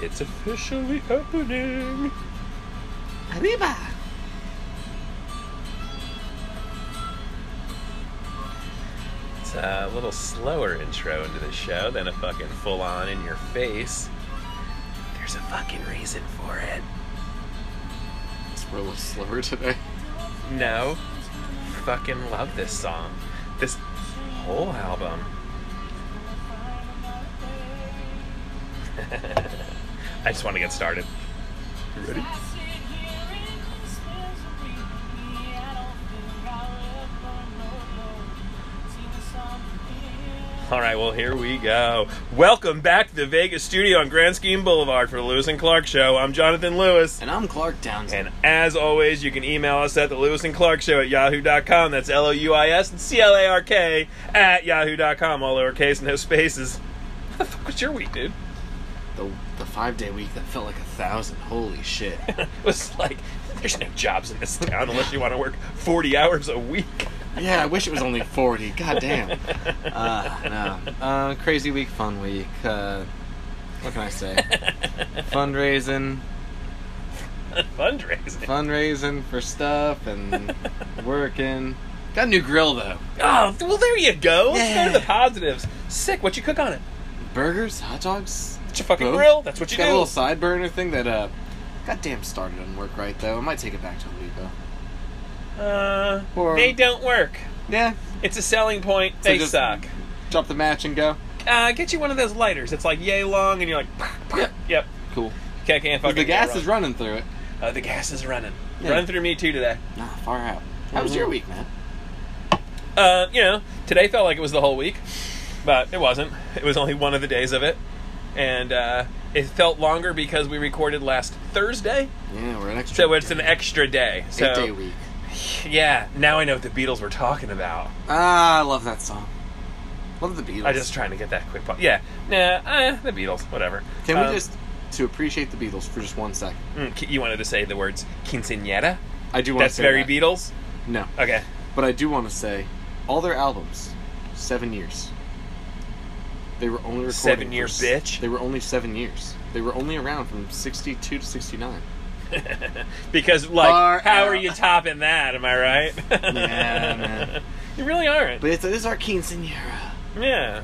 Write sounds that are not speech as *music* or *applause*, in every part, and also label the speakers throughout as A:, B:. A: it's officially happening.
B: Arriba!
A: It's a little slower intro into the show than a fucking full on in your face. There's a fucking reason for it.
B: We're a little slower today.
A: No. Fucking love this song. This whole album. I just want to get started. You ready? All right, well, here we go. Welcome back to the Vegas studio on Grand Scheme Boulevard for the Lewis and Clark Show. I'm Jonathan Lewis.
B: And I'm Clark Townsend.
A: And as always, you can email us at the Lewis and Clark Show at yahoo.com. That's L O U I S and C L A R K at yahoo.com. All lowercase, no spaces. What the fuck was your week, dude? *laughs*
B: the, the five day week that felt like a thousand. Holy shit.
A: it was like, there's no jobs in this town unless you want to work 40 hours a week. *laughs*
B: yeah, I wish it was only 40. God damn. Uh, no. Uh, crazy week, fun week. Uh, what can I say? Fundraising,
A: Fundraising.
B: fundraising for stuff and working. Got a new grill though.
A: Oh, well, there you go. Let's go to
B: Yeah.
A: the positives. Sick. What you cook on it?
B: Burgers, hot dogs.
A: It's your fucking
B: both.
A: grill. That's what you
B: Got a
A: do.
B: little side burner thing that uh, goddamn started on work right though. I might take it back to the week though.
A: Uh,
B: Or-
A: they don't work.
B: Yeah.
A: It's a selling point.
B: So
A: They
B: just-
A: suck.
B: Drop the match and go.
A: Uh, get you one of those lighters. It's like yay long, and you're like,
B: Yep.
A: yep.
B: Cool.
A: Okay, I can't
B: But
A: fucking.
B: the
A: go
B: gas
A: wrong.
B: is running through it.
A: Uh, the gas is running.
B: Yeah.
A: Running through me too today.
B: Nah, far out. How was your week, man?
A: Uh, you know, today felt like it was the whole week, but it wasn't. It was only one of the days of it, and uh, it felt longer because we recorded last Thursday,
B: Yeah, we're an extra.
A: so it's an extra day. So
B: eight day week.
A: yeah, now I know what the Beatles were talking about.
B: Ah, I love that song. Love the Beatles.
A: I'm just trying to get that quick. Po- yeah, nah, eh, the Beatles, whatever.
B: Can
A: Um,
B: we just to appreciate the Beatles for just one second?
A: mm, ki- You wanted to say the words quinceañera.
B: I do want to
A: That's
B: say
A: very
B: that.
A: Beatles.
B: No,
A: Okay.
B: but I do want to say all their albums, seven years. They were only recording
A: Seven
B: for
A: year
B: s-
A: bitch.
B: They were only seven years. They were only around from sixty-two to sixty-nine.
A: because like
B: Far
A: how are
B: out.
A: you topping that am i
B: *laughs*
A: right
B: man.
A: *laughs* you really aren't
B: But it's, it is our quinceanera.
A: yeah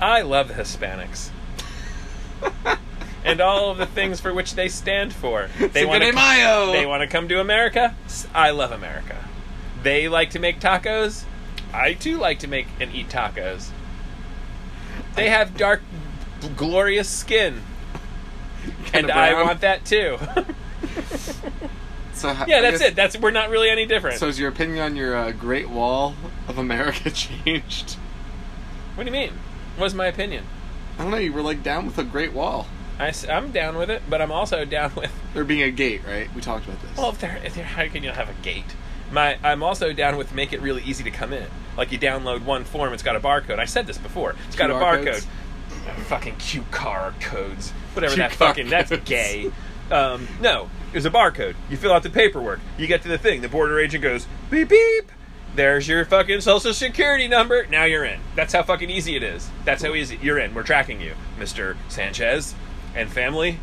A: i love the hispanics and all of the things for which they stand
B: *laughs*
A: for they
B: Cinco
A: want
B: de
A: to
B: Mayo.
A: they want to come to america S- i love america they like to make tacos i too like to make and eat tacos they have dark b- glorious skin and
B: Kinda
A: i
B: brown.
A: want that too *laughs*
B: So ho-
A: yeah
B: I
A: that's
B: guess-
A: it that's we're not really any different
B: So has your opinion on your uh, Great Wall of America *laughs* changed?
A: What do you mean? What's my opinion?
B: I don't know. You were like down with a Great Wall.
A: I, am down with it, but I'm also *laughs* down with.
B: There being a gate, right? We talked about this.
A: Well, if there, if there, how can you have a gate? My, I'm also down with make it really easy to come in. Like you download one form, it's got a barcode. I said this before. It's got a
B: QR
A: barcode.
B: codes?
A: Fucking Q car codes, whatever
B: Q
A: that
B: car
A: fucking. That's
B: codes.
A: gay. Um, no, there's a barcode. You fill out the paperwork. You get to the thing. The border agent goes beep beep. There's your fucking social security number. Now you're in. That's how fucking easy it is. That's how easy you're in. We're tracking you, Mister Sanchez, and family.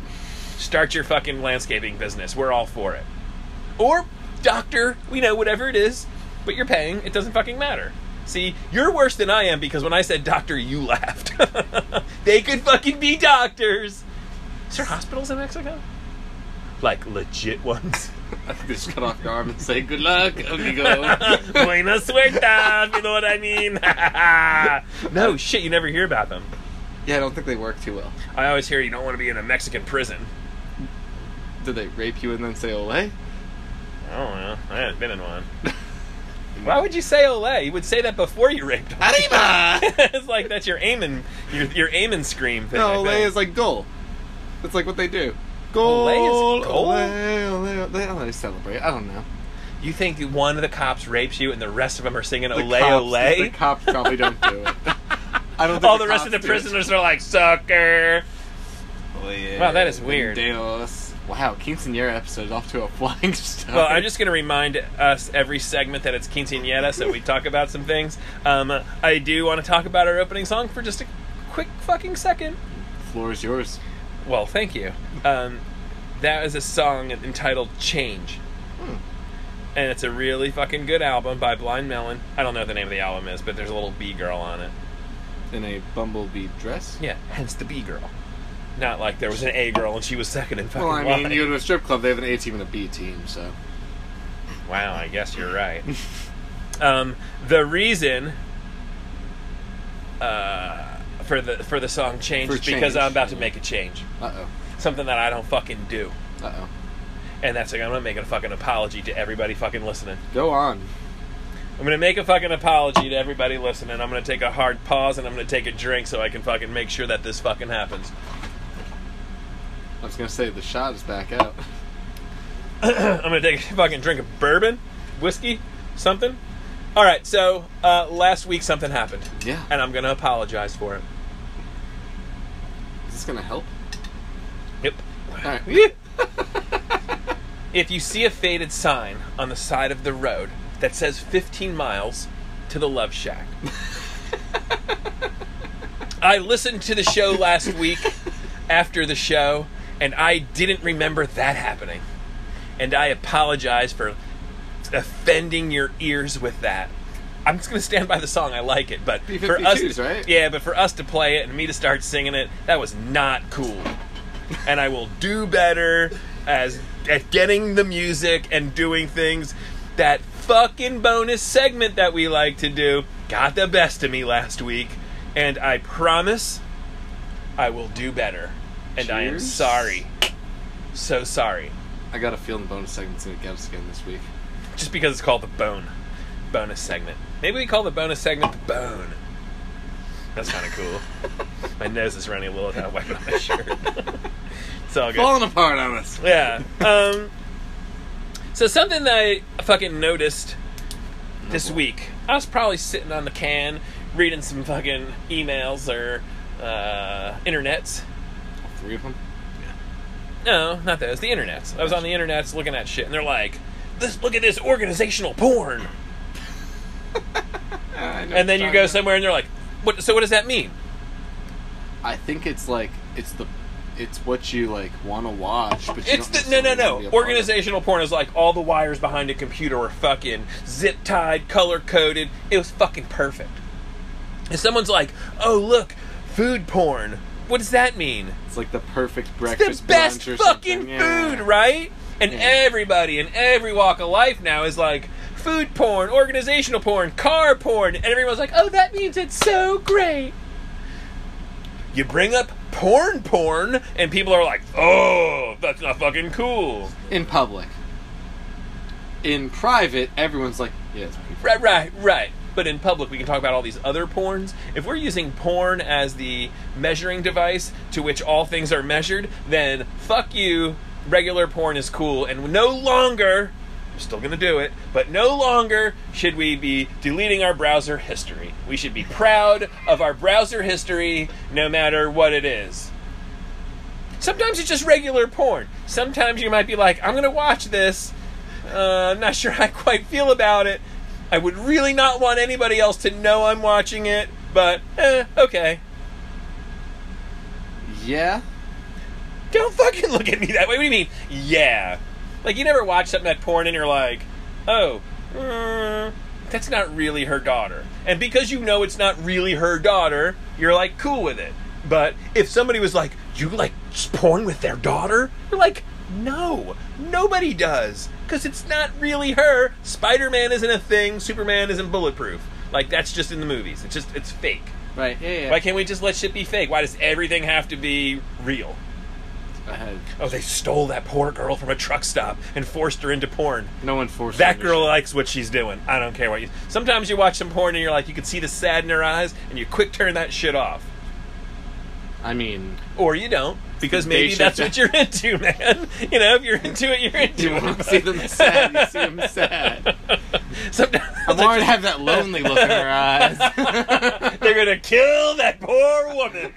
A: Start your fucking landscaping business. We're all for it. Or doctor, we know whatever it is, but you're paying. It doesn't fucking matter. See, you're worse than I am because when I said doctor, you *laughs* laughed. they could fucking be doctors. Is there hospitals in Mexico? Like legit ones.
B: I think they just cut off your arm and say, "Good luck, amigo."
A: Buena suerte, if you know what I mean. *laughs* no shit, you never hear about them.
B: *laughs* yeah, I don't think they work too well.
A: I always hear you don't want to be in a Mexican prison.
B: Did they rape you and then say "Olay"?
A: I don't know. Oh, I haven't been in one. *laughs* Why would you say ole? You would say that before you raped. him.
B: Arriba!
A: *laughs* it's like that's your aiming, your your aiming scream thing.
B: no,
A: I
B: "Olay"
A: think.
B: is like goal. That's like what they do. Goal.
A: Olé is goal?
B: Olé, olé, olé. I don't know, They celebrate. I don't know.
A: You think one of the cops rapes you and the rest of them are singing
B: The
A: ole
B: cops, The
A: ole?
B: cops probably don't do *laughs* it. I don't.
A: *laughs*
B: Think
A: All the rest of the
B: cops do it.
A: prisoners are like sucker.
B: Olé,
A: Wow, that is weird.
B: Dios. Wow, quinceanera episode is off to a *laughs* flying start.
A: Well, I'm just going to remind us every segment that it's quinceañera, so we talk about some things. Um, I do want to talk about our opening song for just a quick fucking second.
B: Floor is yours.
A: Well, thank you. Um, that is a song entitled Change. And it's a really fucking good album by Blind Melon. I don't know what the name of the album is, but there's a little B girl on it.
B: In a bumblebee dress?
A: Yeah, hence the B girl. Not like there was an A girl and she was second in fucking
B: Well, I mean,
A: line.
B: you go to a strip club, they have an A team and a B team, so.
A: Wow, I guess you're
B: *laughs*
A: right. um, the reason uh, for the for the song change
B: For
A: is because
B: change,
A: I'm about to
B: yeah.
A: make a change,
B: Uh
A: something that I don't fucking do,
B: oh. Uh oh.
A: and that's like I'm gonna make a fucking apology to everybody fucking listening.
B: Go on.
A: I'm gonna make a fucking apology to everybody listening. I'm gonna take a hard pause and I'm gonna take a drink so I can fucking make sure that this fucking happens. *clears throat*
B: I was gonna say the shot is back out. *laughs*
A: I'm gonna take a fucking drink of bourbon, whiskey, something. All right, so uh, last week something happened,
B: Yeah.
A: and I'm gonna apologize for it.
B: Is this gonna help?
A: Yep.
B: Alright.
A: *laughs* if you see a faded sign on the side of the road that says 15 miles to the Love Shack, I listened to the show last week after the show, and I didn't remember that happening. And I apologize for offending your ears with that. I'm just gonna stand by the song. I like it, but for us,
B: B-52s, right?
A: yeah, but for us to play it and me to start singing it, that was not cool. And I will do better as at getting the music and doing things. That fucking bonus segment that we like to do got the best of me last week, and I promise I will do better. And I am
B: Cheers.
A: sorry, so sorry.
B: I got a feeling the bonus segment's gonna get us again this week.
A: just because it's called the bone bonus segment. Maybe we call the bonus segment the bone. That's kind of cool. my nose is running a little without wiping on my shirt. it's all good.
B: Falling apart on us.
A: Yeah. Um, so something that I fucking noticed this week, I was probably sitting on the can reading some fucking emails or uh, internets.
B: Three of them.
A: No, not those. The internets. I was on the internets looking at shit, and they're like, "This, look at this organizational porn." and then you go somewhere and they're like, "What? So what does that mean?"
B: I think it's like it's the it's what you like want to watch, but you
A: It's
B: don't
A: the no, no,
B: necessarily wanna be
A: no.
B: a part of.
A: Organizational porn is like all the wires behind a computer are fucking zip tied, color coded. It was fucking perfect. And someone's like, "Oh look, food porn. What does that mean?"
B: It's like the perfect breakfast.
A: It's the best
B: brunch or
A: fucking
B: something. Yeah.
A: food, right? And
B: Yeah.
A: everybody in every walk of life now is like food porn, organizational porn, car porn, and everyone's like, "Oh, that means it's so great." You bring up porn porn and people are like, "Oh, that's not fucking cool."
B: In public. In private, everyone's like, yeah, it's pretty
A: Right, right, right. But in public, we can talk about all these other porns. If we're using porn as the measuring device to which all things are measured, then fuck you. Regular porn is cool, and no longer, I'm still gonna do it, but no longer should we be deleting our browser history. We should be proud of our browser history no matter what it is. Sometimes it's just regular porn. Sometimes you might be like, I'm going to watch this. Uh, I'm not sure how I quite feel about it. I would really not want anybody else to know I'm watching it, but eh, okay.
B: Yeah.
A: Don't fucking look at me that way. What do you mean? Yeah. Like, you never watch something that porn and you're like, oh, mm, that's not really her daughter. And because you know it's not really her daughter, you're like cool with it. But if somebody was like, you like porn with their daughter? You're like, no, nobody does. Because it's not really her. Spider Man isn't a thing, Superman isn't bulletproof. Like, that's just in the movies. It's just, it's fake.
B: Right. Yeah. yeah.
A: Why can't we just let shit be fake? Why does everything have to be real?
B: Uh,
A: Oh, they stole that poor girl from a truck stop and forced her into porn.
B: no one forced
A: That
B: me to
A: girl
B: shit.
A: likes what she's doing. I don't care what you. Sometimes you watch some porn and you're like, you can see the sad in her eyes, and you quick turn that shit off,
B: I mean,
A: or you don't, because
B: They
A: maybe
B: should
A: that's what you're *laughs* into, man. You know, if you're into it, you're into
B: you
A: it.
B: want to see them sad. You see them sad.
A: *laughs* Sometimes
B: I wanted
A: *laughs*
B: to have that lonely look in her *laughs* eyes.
A: they're gonna kill that poor woman.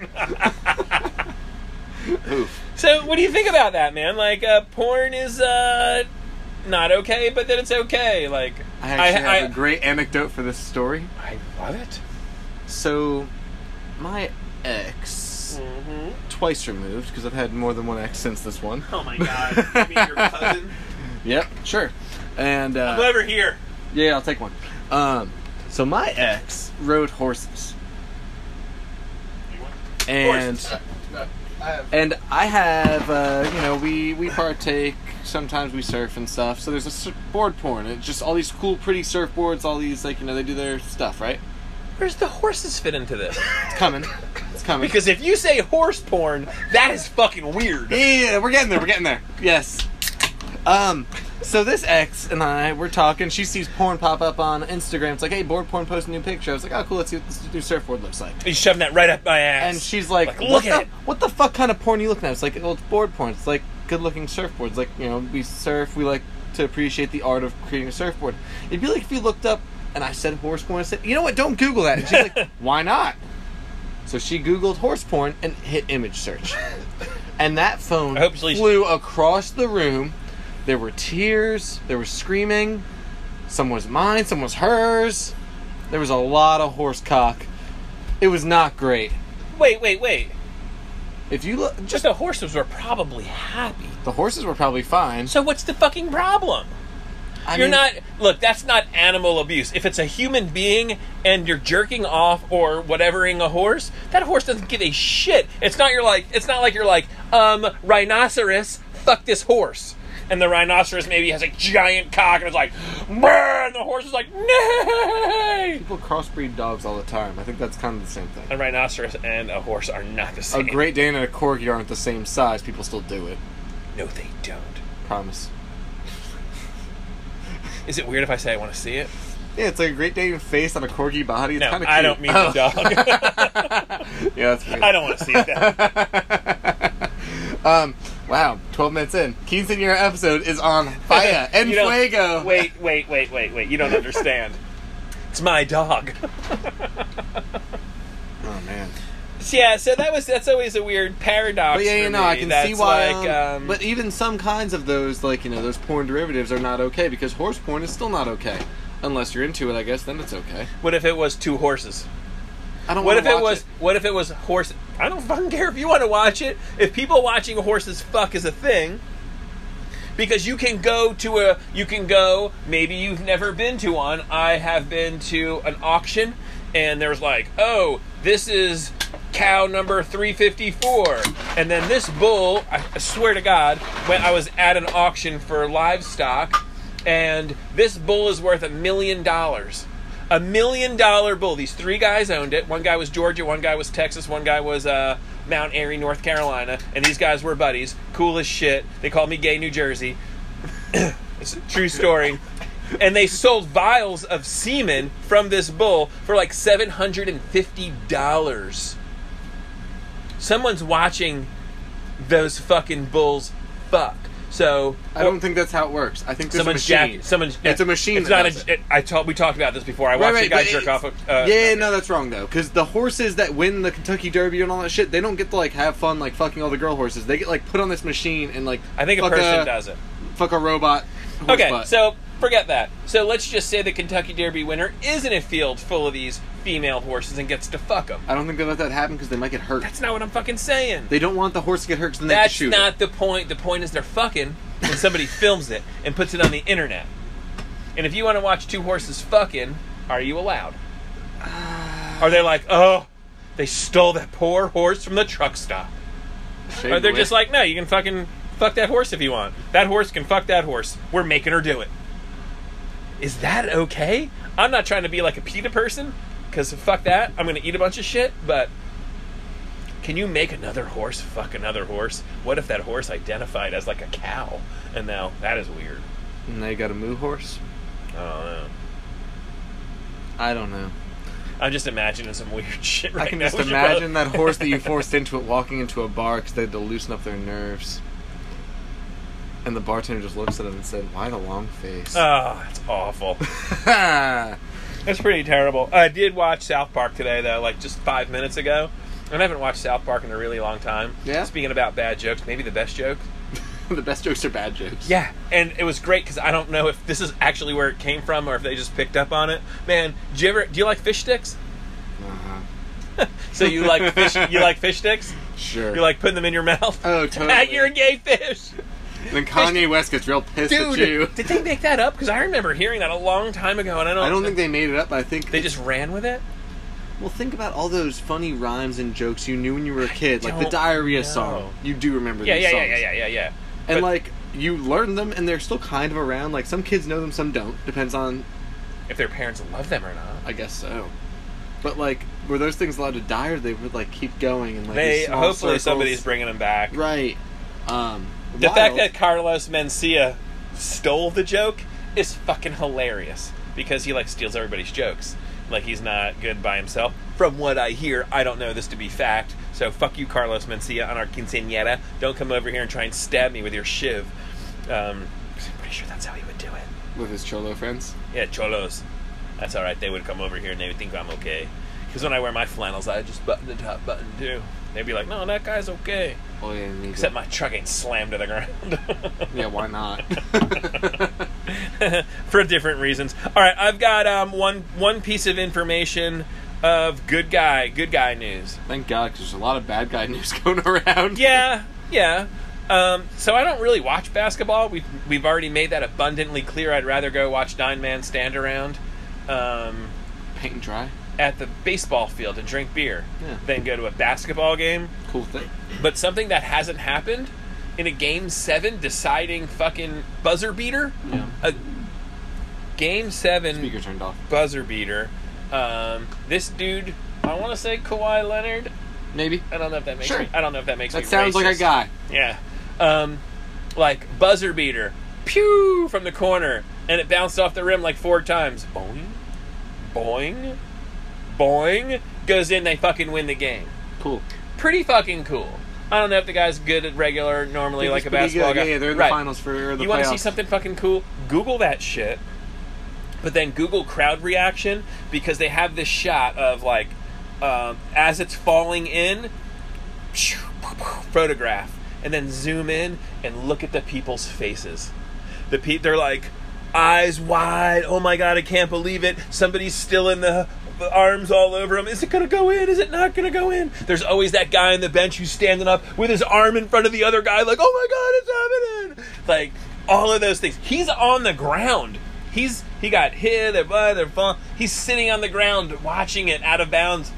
A: *laughs*
B: Oof.
A: so, what do you think about that, man? Like, uh, porn is uh, not okay, but then it's okay. Like,
B: I actually have a great anecdote for this story.
A: I love it.
B: So, my ex
A: Mm-hmm.
B: twice removed because I've had more than one ex since this one.
A: Oh
B: *laughs*
A: my god. You mean your cousin?
B: Yep, sure. And uh,
A: I'm over here.
B: yeah, I'll take one. Um, so my ex rode horses, and
C: I have
B: and I have uh, you know we we partake. Sometimes we surf and stuff. So there's a sur- board porn. It's just all these cool, pretty surfboards. All these like you know they do their stuff right.
A: Where's the horses fit into this?
B: It's coming. It's coming.
A: Because if you say horse porn, that is fucking weird.
B: Yeah, we're getting there. We're getting there. Yes. Um. So this ex and I were talking. She sees porn pop up on Instagram. It's like, hey, board porn post a new picture. I was like, oh, cool. Let's see what this new surfboard looks like.
A: He's shoving that right up my ass.
B: And she's like,
A: Like,
B: what
A: look
B: the-
A: at it.
B: What the fuck kind of porn you looking at? It's like, well, it's board porn. It's like good looking surfboards. Like you know, we surf. We like to appreciate the art of creating a surfboard. It'd be like if you looked up and I said horse porn. I said, you know what? Don't Google that. And
A: *laughs*
B: she's like, why not? So she Googled horse porn and hit image search. And that phone
A: I hope she-
B: flew across the room. There were tears, there was screaming. Some was mine, some was hers. There was a lot of horse cock. It was not great.
A: wait, wait, wait.
B: If you look,
A: Just the horses were probably happy.
B: the horses were probably fine.
A: So what's the fucking problem?
B: I
A: you're
B: mean,
A: not. Look, that's not animal abuse. If it's a human being and you're jerking off or whatevering a horse, that horse doesn't give a shit. It's not your like. It's not like you're like, um, rhinoceros, fuck this horse. And the rhinoceros maybe has a giant cock and it's like, "Brr," and the horse is like, nay.
B: People crossbreed dogs all the time. I think that's kind of the same
A: A
B: thing.
A: rhinoceros and a horse are not the
B: A
A: same.
B: Great Dane and a Corgi aren't the same size. People still do it.
A: No, they don't.
B: Promise.
A: Is it weird if I say I want to see it?
B: Yeah, it's like a Great Dane face on a Corgi body. It's
A: No,
B: kind of
A: I don't mean the dog.
B: *laughs* yeah, that's weird.
A: I don't want to see that.
B: *laughs* um, wow, 12 minutes in. Quinceanera episode is on fire and
A: *laughs* You don't-
B: fuego.
A: Wait, wait, wait, wait, wait. You don't
B: *laughs*
A: understand. it's my dog.
B: Oh, man.
A: yeah, so that was that's always a weird paradox.
B: But yeah,
A: for
B: you know,
A: me.
B: I can
A: that's
B: see why.
A: Like,
B: um,
A: um,
B: but even some kinds of those, like, you know, those porn derivatives are not okay because horse porn is still not okay. Unless you're into it, I guess, then it's okay.
A: what if it was two horses?
B: I don't
A: What
B: wanna
A: if it
B: watch
A: was? What if it was horse? I don't fucking care if you want to watch it. If people watching horses fuck is a thing, because you can go to a, you can go. Maybe you've never been to one. I have been to an auction, and there's like, oh, this is cow number 354 and then this bull i I swear to god when i was at an auction for livestock and this bull is worth a million dollars a million dollar bull. These three guys owned it. One guy was Georgia, one guy was Texas, one guy was uh, Mount Airy, North Carolina, and these guys were buddies. Cool as shit. They called me gay New Jersey. *coughs* it's a true story. And they sold vials of semen from this bull for like seven hundred and fifty dollars. Someone's watching those fucking bulls fuck. So
B: I don't think that's how it works. I think there's
A: someone's
B: a machine.
A: jack. Someone's
B: It's a machine
A: It's
B: that
A: not
B: does
A: a.
B: it.
A: I talked. We talked about this before. I watched a guy
B: but
A: jerk
B: it's-
A: off. A, uh,
B: yeah, no, that's wrong though, because the horses that win the Kentucky Derby and all that shit, they don't get to like have fun like fucking all the girl horses. They get like put on this machine and like
A: I think a
B: fuck
A: person does it.
B: Fuck a robot. horse
A: Okay,
B: butt.
A: so forget that. So let's just say the Kentucky Derby winner is in a field full of these female horses and gets to fuck them.
B: I don't think they let that happen because they might get hurt.
A: That's not what I'm fucking saying.
B: They don't want the horse to get hurt because then they have to
A: That's
B: shoot.
A: not the point. The point is they're fucking and
B: *laughs*
A: somebody films it and puts it on the internet. And if you want to watch two horses fucking, are you allowed?
B: Uh,
A: Are they like, oh, they stole that poor horse from the truck stop?
B: it.
A: Or they're just like, no, you can fucking fuck that horse if you want. That horse can fuck that horse. We're making her do it. Is that okay? I'm not trying to be like a PETA person, because fuck that. I'm going to eat a bunch of shit, but can you make another horse fuck another horse? What if that horse identified as like a cow? And now that is weird.
B: And they got a moo horse.
A: I don't know.
B: I don't know.
A: I'm just imagining some weird *laughs* shit right
B: I can
A: now.
B: just
A: We should
B: imagine that
A: probably-
B: horse that
A: *laughs*
B: you forced into it walking into a bar because they had to loosen up their nerves. And the bartender just looks at him and said, "Why the long face?"
A: Oh, that's awful. Uh.
B: I
A: That's pretty terrible. I did watch South Park today, though, like just five minutes ago. And I haven't watched South Park in a really long time.
B: Yeah?
A: Speaking about bad jokes, maybe the best joke.
B: *laughs* the best jokes are bad jokes.
A: Yeah. And it was great because I don't know if this is actually where it came from or if they just picked up on it. Man, do you ever do you like fish sticks?
B: Uh-huh. *laughs*
A: So you like fish you like fish sticks?
B: Sure.
A: You're like putting them in your mouth. *laughs*
B: Oh, totally.
A: You're a gay fish.
B: And then Kanye West gets real pissed at you.
A: Dude, did they make that up? Because I remember hearing that a long time ago, and I don't.
B: I don't think they made it up. I think
A: they just ran with it.
B: Well, think about all those funny rhymes and jokes you knew when you were a kid, like the
A: don't
B: diarrhea
A: know.
B: song. You do remember
A: Yeah,
B: these
A: yeah, yeah,
B: songs.
A: yeah, yeah, yeah, yeah.
B: And
A: But-
B: like you learn them, and they're still kind of around. Like some kids know them, some don't. Depends on,
A: if their parents love them or not.
B: I guess so. But like, were those things allowed to die, or they would like keep going and like
A: They
B: these small
A: hopefully
B: circles?
A: somebody's bringing them back.
B: right. Um,
A: The
B: wild.
A: fact that Carlos Mencia stole the joke is fucking hilarious because he like steals everybody's jokes. Like he's not good by himself. From what I hear, I don't know this to be fact. So fuck you, Carlos Mencia, on our quinceañera. Don't come over here and try and stab me with your shiv. Um, I'm pretty sure that's how he would do it.
B: with his cholo friends,
A: Yeah, cholos. That's all right. They would come over here and they would think I'm okay. Because when I wear my flannels, I just button the top button too. They'd be like, "No, that guy's okay."
B: oh yeah, and he's
A: Except
B: like,
A: my truck ain't slammed to the ground.
B: yeah, why
A: *laughs*
B: not? *laughs*
A: For different reasons. All right, I've got um, one one piece of information of good guy good guy news.
B: Thank God, 'cause there's a lot of bad guy news *laughs* going around.
A: Yeah, yeah. Um, so I don't really watch basketball. We've we've already made that abundantly clear. I'd rather go watch nine man stand around. Um,
B: paint and dry,
A: at the baseball field and drink beer
B: Yeah.
A: than go to a basketball game.
B: cool thing.
A: But something that hasn't happened in a game seven deciding fucking buzzer beater,
B: Yeah,
A: a game seven
B: speaker turned off.
A: buzzer beater. Um, this dude, I want to say Kawhi Leonard.
B: Maybe
A: I don't know if that makes
B: Sure.
A: me, I don't know if that makes
B: that
A: me
B: sounds like a
A: racist.
B: guy.
A: Yeah. Um, like buzzer beater, pew from the corner, and it bounced off the rim like four times. Boing, boing, boing. Goes in, they fucking win the game.
B: Cool.
A: Pretty fucking cool. I don't know if the guy's good at regular, normally
B: He's
A: like a
B: pretty
A: basketball
B: good.
A: guy.
B: Yeah, yeah, they're in
A: Right.
B: the finals for or the
A: you
B: playoffs.
A: want to see something fucking cool? Google that shit. But then Google crowd reaction because they have this shot of like um, as it's falling in, photograph, and then zoom in and look at the people's faces. The pe- they're like eyes wide. Oh my god, I can't believe it. Somebody's still in the the arms all over him. Is it gonna go in? Is it not gonna go in? There's always that guy on the bench who's standing up with his arm in front of the other guy, like, oh my god, it's happening. Like all of those things. He's on the ground. He's he got hit and by the fall. He's sitting on the ground watching it out of bounds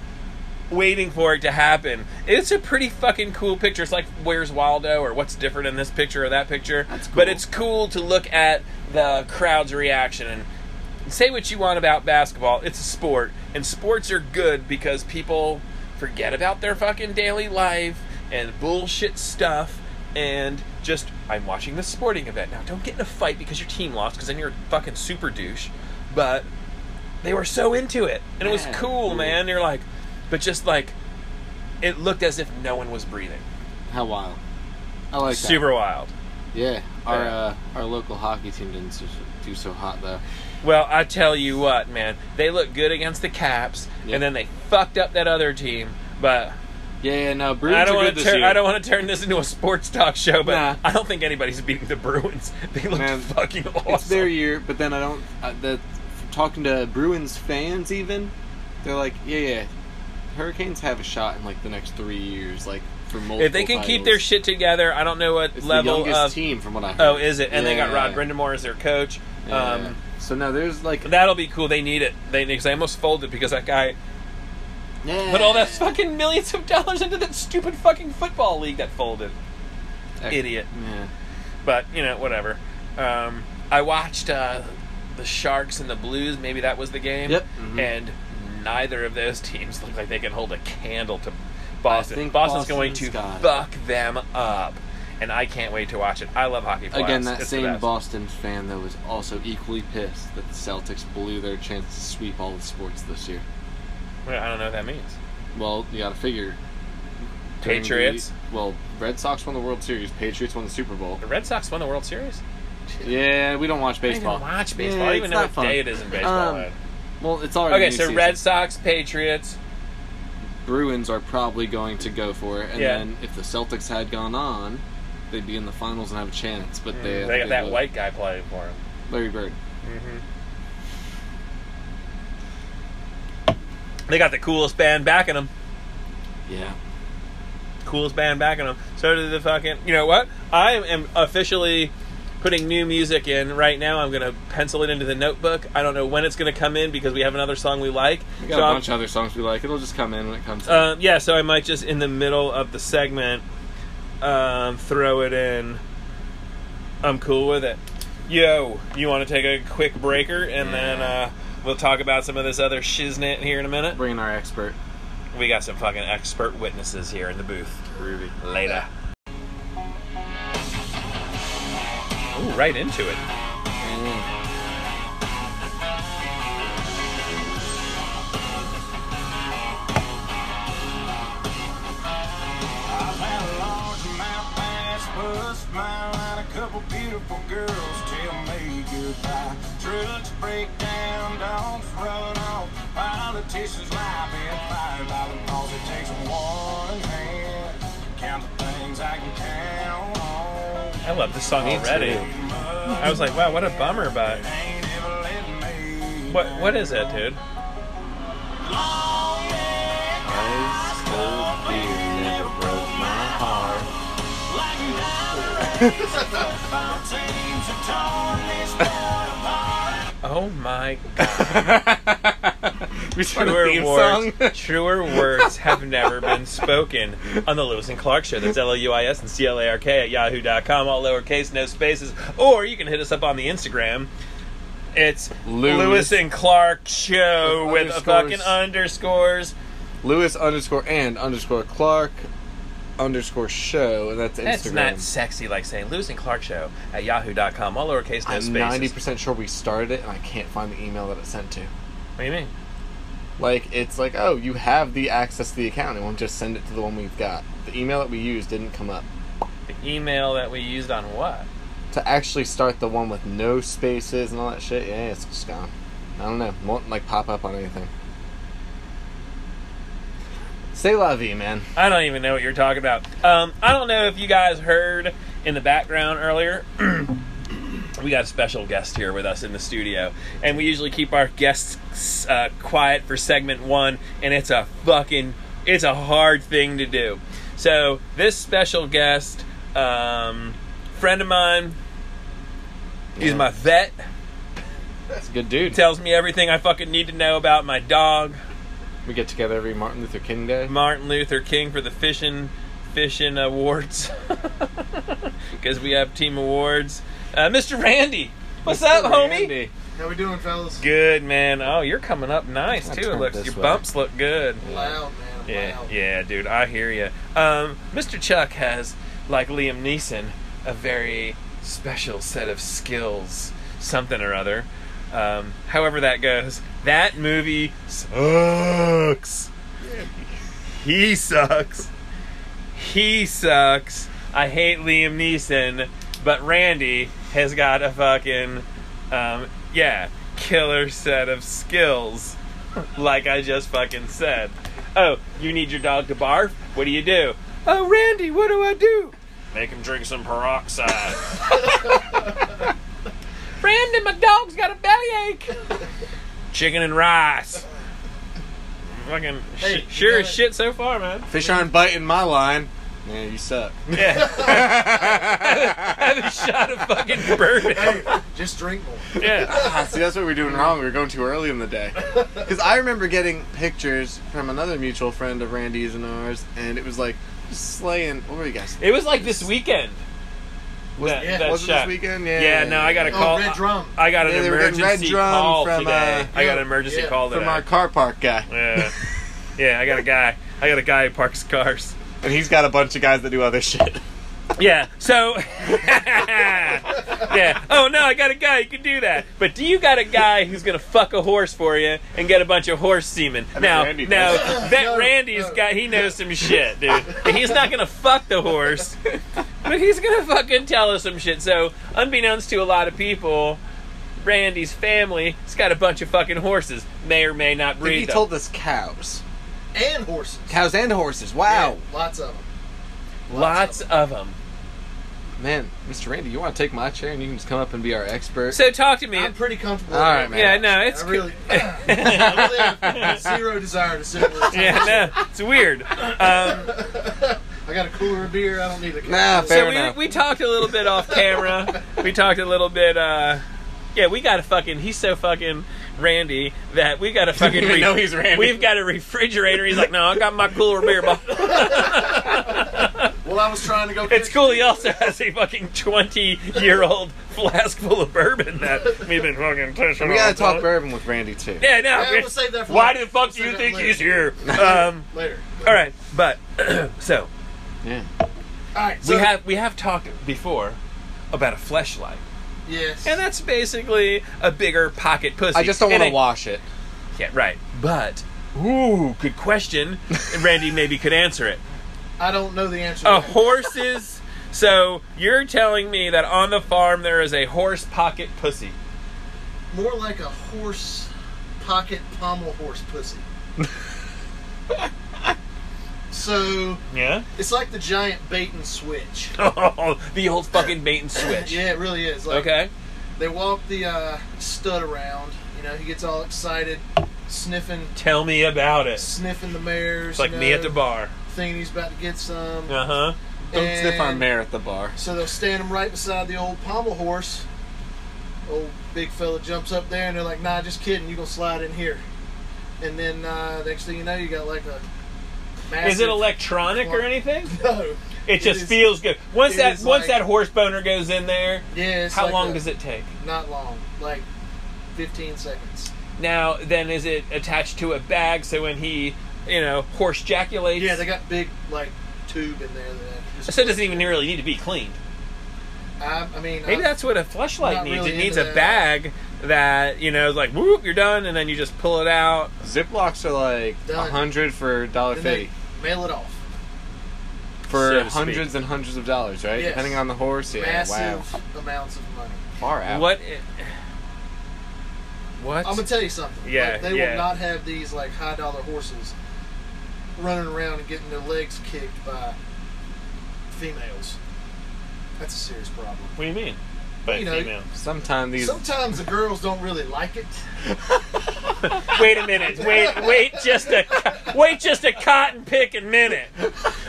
A: waiting for it to happen. It's a pretty fucking cool picture. It's like where's Waldo or what's different in this picture or that picture.
B: That's cool.
A: But it's cool to look at the crowd's reaction and say what you want about basketball. It's a sport and sports are good because people forget about their fucking daily life and bullshit stuff and just I'm watching this sporting event. Now don't get in a fight because your team lost because then you're a fucking super douche. But they were so into it and it was
B: Yeah. Mm-hmm.
A: cool, man. You're like, but just like, it looked as if no one was breathing.
B: How wild. I like that.
A: Super wild.
B: Yeah, our
A: Yeah.
B: Uh, our local hockey team didn't so- do so hot though.
A: Well, I tell you what, man, they looked good against the Caps,
B: Yeah.
A: and then they fucked up that other team. But
B: Yeah, yeah, no, Bruins
A: I don't
B: are
A: want
B: good
A: to
B: this
A: turn.
B: year.
A: I don't want to turn this into a sports talk show. But
B: Nah.
A: I don't think anybody's beating the Bruins. *laughs* They looked
B: Man,
A: fucking awesome.
B: It's their year, but then I don't. Uh, the talking to Bruins fans, even they're like, yeah, yeah, Hurricanes have a shot in like the next three years, like for multiple.
A: if they can keep their
B: titles.
A: shit together, I don't know what
B: it's the
A: level
B: youngest
A: of.
B: team from what I heard.
A: Oh, is it? And they got
B: Yeah,
A: Rod
B: yeah,
A: Brindamore as their coach.
B: yeah,
A: um,
B: yeah. so no, there's like
A: That'll be cool. They need it. They because I almost folded because that guy
B: yeah,
A: put all that fucking millions of dollars into that stupid fucking football league that folded.
B: Ec-
A: idiot.
B: Yeah.
A: But you know, whatever. Um, I watched uh, the Sharks and the Blues. Maybe that was the game.
B: Yep. Mhm.
A: And neither of those teams look like they can hold a candle to Boston.
B: think
A: Boston's going to
B: Boston's got it.
A: fuck them up, and I can't wait to watch it. I love hockey. Playoffs.
B: Again, that
A: It's the
B: same
A: best.
B: Boston fan though was also equally pissed that the Celtics blew their chance to sweep all the sports this year.
A: I don't know what that means.
B: Well, you got to figure. during the-
A: Patriots?
B: well, Red Sox won the World Series. Patriots won the Super Bowl.
A: The Red Sox won the World Series.
B: Yeah, we don't watch
A: I
B: baseball.
A: don't even watch baseball.
B: Yeah,
A: I don't even
B: it's
A: know
B: not
A: what
B: fun.
A: day it is in baseball.
B: Um,
A: man.
B: Well, it's already
A: Okay,
B: new
A: so
B: season.
A: Red Sox, Patriots.
B: Bruins are probably going to go for it, and
A: Yeah.
B: then if the Celtics had gone on, they'd be in the finals and have a chance. But they
A: Mm, they got that
B: blew it.
A: white guy playing for him.
B: Larry Bird.
A: Mm-hmm. They got the coolest band backing them.
B: Yeah,
A: coolest band backing them. So did the fucking. You know what? I am officially putting new music in right now. I'm gonna pencil it into the notebook. I don't know when it's gonna come in because we have another song we like.
C: We got
A: So
C: a
A: I'm-
C: bunch of other songs we like. It'll just come in when it comes.
A: um, yeah, so I might just in the middle of the segment um, throw it in. I'm cool with it. Yo, you want to take a quick breaker and then uh, we'll talk about some of this other shiznit here in a minute.
C: Bring in our expert,
A: We got some fucking expert witnesses here in the booth.
C: Ruby.
A: Later. Ooh, right into it.
D: I've had a large amount of past, but a smile and a couple beautiful girls tell me goodbye. Trucks break down, dogs run off, politicians lie, being fired by the laws. It takes one hand to count the things I can count on.
A: I love this song already. I was like, wow, what a bummer, but
D: Ain't ever let me
A: what what is that, dude?
D: Long neck
C: Ice cold beer never broke my heart.
D: like diamond rings and football teams have torn this sport apart.
A: Oh my god. *laughs*
C: we should have a
A: Truer
C: theme
A: words,
C: song. *laughs*
A: *laughs* truer words have never been spoken on the Lewis and Clark Show. That's L O U I S and C L A R K at yahoo.com, all lowercase, no spaces. Or you can hit us up on the Instagram. It's Lewis,
C: Lewis-
A: and Clark Show with,
B: With
A: a
B: underscores.
A: fucking underscores.
B: Lewis underscore and underscore Clark underscore show, and that's
A: That's
B: Instagram.
A: not sexy like saying Lewis and Clark Show at yahoo.com, all lowercase, no
B: I'm ninety
A: spaces.
B: percent sure we started it, and I can't find the email that it sent to.
A: What do you mean?
B: Like it's like, oh, you have the access to the account. It won't just send it to the one we've got. The email that we used didn't come up
A: The email that we used on what?
B: to actually start the one with no spaces and all that shit. Yeah, it's just gone. I don't know. Won't like pop up on anything. Say la vie, man.
A: I don't even know what you're talking about. Um, I don't know if you guys heard in the background earlier. *clears throat* we got a special guest here with us in the studio, and we usually keep our guests uh, quiet for segment one, and it's a fucking it's a hard thing to do. So this special guest, um, friend of mine, he's my vet.
B: That's a good dude.
A: Tells me everything I fucking need to know about my dog.
B: We get together every Martin Luther King Day.
A: Martin Luther King for the fishing fishing awards *laughs* because we have team awards. Uh, Mr. Randy, what's up, homie?
E: *laughs* How we doing, fellas?
A: Good man. Oh, you're coming up nice
B: I
A: too. It
B: turned
A: looks
B: this
A: your
B: way.
A: bumps look good.
E: Loud, man.
A: Yeah,
E: Loud.
A: yeah, dude. I hear you. Um, Mr. Chuck has, like Liam Neeson, a very special set of skills, something or other. Um, however that goes, that movie sucks. He sucks. He sucks. I hate Liam Neeson, but Randy has got a fucking, um, yeah, killer set of skills, *laughs* like I just fucking said. Oh, you need your dog to barf? What do you do? Oh, Randy, what do I do? Make him drink some *laughs* peroxide. Randy, my dog's got a bellyache. Chicken and rice. Fucking sh-
E: Hey, you
A: sure as
E: gotta-
A: shit so far, man.
B: Fish aren't biting my line. Man,
A: *laughs*
B: you suck.
A: Yeah. Have a shot of fucking bourbon.
E: Hey, just drink more.
A: Yeah.
B: Ah, See, that's what we we're doing wrong. We were going too early in
A: *laughs*
B: the day. Because I remember getting pictures from another mutual friend of Randy's and ours, and it was like slaying. What were you guys?
A: It was like this weekend. that,
E: yeah,
A: that
B: was it
A: shot.
B: this weekend? Yeah.
A: Yeah, no, I got a
E: Oh,
A: call.
E: red drum.
A: I got an
B: Yeah, they were getting
A: emergency
B: red drum
A: call
B: from,
A: today.
B: uh,
A: I got an emergency
E: yeah,
A: call today.
B: from our car park guy,
A: yeah. yeah, I got a guy. I got a guy who parks cars.
B: and he's got a bunch of guys that do other *laughs* shit.
A: Yeah. So. *laughs* yeah. Oh no, I got a guy who can do that. But do you got a guy who's gonna fuck a horse for you and get a bunch of horse semen?
B: think
A: Now,
B: Randy
A: now
B: does.
A: *laughs* that
E: No,
A: Randy's
E: no.
A: got he knows some shit, dude. And he's not gonna fuck the horse, but he's gonna fucking tell us some shit. So, unbeknownst to a lot of people. Randy's family has got a bunch of fucking horses. May or may not breed
B: he
A: them.
B: told us cows,
E: And horses.
B: cows and horses.
E: Yeah,
B: Wow,
E: lots of them.
A: Lots of them.
B: man, Mr. Randy, you want to take my chair and you can just come up and be our expert.
A: So talk to me.
E: I'm pretty comfortable.
B: All
E: with
B: right,
E: it.
B: man.
A: yeah, no, it's *laughs*
E: I really, *laughs* I really have zero desire to sit with
A: yeah, no, it's weird. Um,
E: I I got a cooler of beer. I don't need a.
B: Nah, fair
A: so we,
B: enough.
A: we talked a little bit
B: *laughs*
A: off camera. we talked a little bit. uh Yeah, we got to fucking. He's so fucking Randy that we
B: *laughs*
A: got to fucking.
B: even know he's Randy.
A: We've got a refrigerator. He's like, no, I got my cooler beer
B: *laughs*
A: bottle.
E: Well, I was trying to go.
A: it's cool. He also has a fucking twenty-year-old flask full of bourbon that we've been fucking touching.
B: we
A: all
B: gotta
A: the
B: talk
A: time.
B: bourbon with Randy too.
A: Yeah, no.
E: Yeah, we'll save that for
A: Why
E: later.
A: the fuck do you
E: We'll save that
A: think
E: later.
A: he's
E: *laughs*
A: here? Um,
E: Later.
A: all right, but *clears throat* so
B: Yeah.
E: All right. So,
A: we have we have talked before about a fleshlight.
E: Yes.
A: And that's basically a bigger pocket pussy.
B: I just don't want to
A: And I-
B: wash it.
A: Yeah, right. But, ooh, good *laughs* question. And Randy maybe could answer it.
E: I don't know the answer.
A: A
E: to that.
A: horse's. So you're telling me that on the farm there is a horse pocket pussy?
E: More like a horse pocket pommel horse
A: *laughs*
E: pussy. so
A: Yeah.
E: it's like the giant bait and switch.
A: Oh, the old fucking bait and switch.
E: Yeah, it really is. Like,
A: Okay.
E: They walk the uh, stud around. You know, he gets all excited, sniffing,
A: Tell me about it.
E: sniffing the mares.
A: It's like
E: you
A: me at
E: know,
A: the bar.
E: Thinking he's about to get some.
A: Uh huh.
B: Don't sniff our
E: And-
B: mare at the bar.
E: So they'll stand him right beside the old pommel horse. Old big fella jumps up there and they're like, nah, just kidding, you gonna slide in here. And then uh, next thing you know, you got like a massive...
A: Is it electronic or anything?
E: *laughs* No.
A: It just
E: is-
A: feels good. Once
E: it
A: that
E: is
A: once
E: like-
A: that horse boner goes in there,
E: Yeah, it's
A: how
E: like
A: long
E: a-
A: does it take?
E: Not long. Like 15 seconds.
A: Now, then, is it attached to a bag so when he, you know, horse jaculates?
E: Yeah, they got big, like, tube in there. That just,
A: So it doesn't even really need to be cleaned.
E: I, I mean... uh,
A: Maybe
E: I,
A: that's what a fleshlight
E: not
A: needs.
E: really
A: it needs a
E: into that.
A: bag that you know, is like whoop, you're done, and then you just pull it out.
B: Ziplocs are like a
E: Done.
B: hundred for dollar
E: then they
B: fifty.
E: mail it off.
A: So
B: For
A: to speak.
B: hundreds and hundreds of dollars, right?
E: Yes.
B: Depending on the horse, yeah.
E: Massive
B: Wow.
E: amounts of money.
B: Far out.
A: What? i- What?
E: I'm gonna tell you something.
A: Yeah,
E: like, they
A: yeah.
E: will not have these like high dollar horses running around and getting their legs kicked by females. That's a serious problem.
A: what do you mean? By
E: You know, *laughs*
A: female.
B: Sometimes these *laughs*
E: Sometimes the girls don't really like it.
A: Wait a minute. Wait, wait, just a, wait, just a cotton picking minute.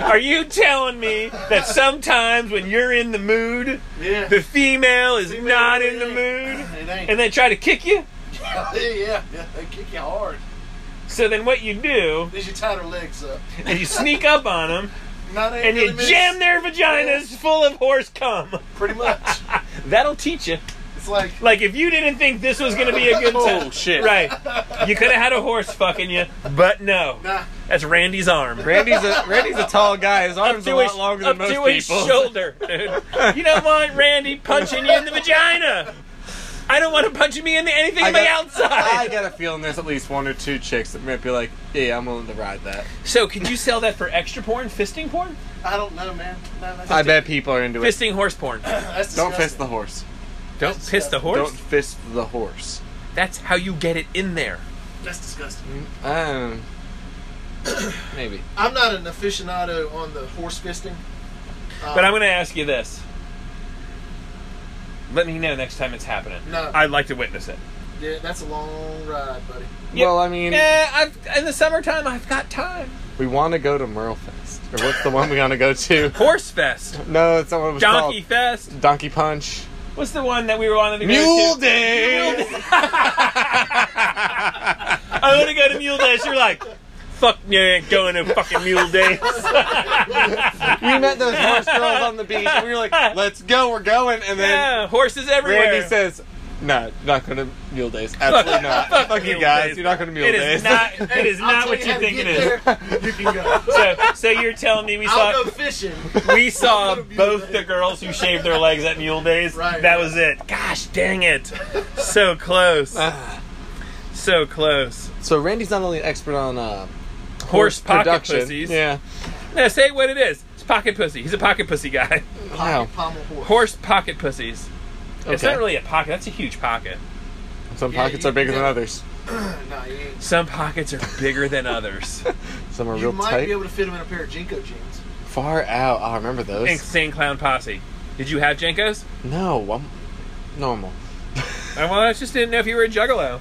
A: Are you telling me that sometimes when you're in the mood,
E: Yeah. *laughs*
A: the female is
E: Female
A: not
E: really
A: in the
E: ain't.
A: mood,
E: It ain't.
A: and they try to kick you?
E: *laughs* yeah, yeah, yeah, they kick you hard.
A: So then what you do
E: Then you tie their legs up.
A: is you sneak up on them
E: Not
A: and you jam their vaginas full of horse cum.
E: Pretty much.
A: *laughs* That'll teach you.
E: It's like
A: Like if you didn't think this was gonna be a good time,
B: Oh, *laughs* shit.
A: right? You could have had a horse fucking you, but no.
E: nah.
A: That's Randy's arm.
B: Randy's a Randy's a tall guy. His arms a
A: to
B: lot
A: his-
B: longer
A: up
B: than most
A: to his
B: people.
A: shoulder, dude. You don't want Randy punching you in the vagina. I don't want him punching me in the, anything
B: *laughs* I
A: on my
B: got- I
A: outside.
B: got a feeling there's at least one or two chicks that might be like, yeah, I'm willing to ride that.
A: so, could you sell that for extra porn? Fisting porn?
E: I don't know, man. No, that's
B: I bet people are into it.
A: Fisting horse porn.
E: *laughs* That's
B: Don't fist the
E: disgusting.
B: horse.
A: Don't piss the horse.
B: Don't fist the horse.
A: That's how you get it in there.
E: That's disgusting.
B: Um, *coughs* maybe.
E: I'm not an aficionado on the horse fisting. Uh,
A: But I'm going to ask you this. Let me know next time it's happening.
E: No.
A: I'd like to witness it.
E: Yeah, that's a long ride, buddy.
A: Yeah.
B: Well, I mean,
A: Yeah, I've, in the summertime, I've got time.
B: we want to go to Merlefest. Or what's the one we want to go to?
A: Horse Fest,
B: No, it's not what it was
A: Donkey
B: called.
A: Fest.
B: Donkey Punch.
A: What's the one that we were wanted to
B: Mule
A: go to?
B: Day!
A: *laughs* I want to go to Mule Days. You're like, fuck, you ain't going to fucking Mule Days.
B: we met those horse girls on the beach and we were like, let's go, we're going. And *laughs* then
A: yeah, horses everywhere.
B: Randy says, no, not going to
A: *laughs*
B: Mule Days. Absolutely not.
A: fuck
B: Fuck you
A: Mule
B: guys,
A: Days.
B: you're not going to Mule
A: it
B: Days.
A: is not. It is
E: I'll
A: not
E: tell
A: what you
E: how to
A: think it
E: get
A: is.
E: there. You can go.
A: So, so you're telling me we
E: I'll
A: saw
E: go fishing.
A: *laughs* we saw
E: I'll go to Mule
A: both
E: Days.
A: the girls who shaved their legs at Mule Days.
E: Right.
A: That was it. Gosh dang it! So close.
B: Ah.
A: so close.
B: *laughs* so Randy's not only an expert on uh,
A: Horse, pocket
B: production.
A: pussies.
B: Yeah.
A: Now say what it is. It's pocket pussy. He's a pocket pussy guy. *laughs*
B: Wow.
E: Pommel horse.
A: Horse pocket pussies. It's
B: Okay.
A: not really a pocket. That's a huge pocket.
B: Some
E: Yeah,
B: pockets
E: you-
B: are bigger than
E: yeah.
B: others.
E: Nah, you, ain't.
A: Some pockets are bigger than
B: *laughs*
A: others.
B: Some are
E: you
B: real
E: might
B: tight.
E: be able to fit him in a pair of Jinko jeans.
B: Far out. I remember those.
A: Insane clown posse. Did you have Jenkos?
B: No, I'm normal.
A: Uh, Well, I just didn't know if you were a juggalo.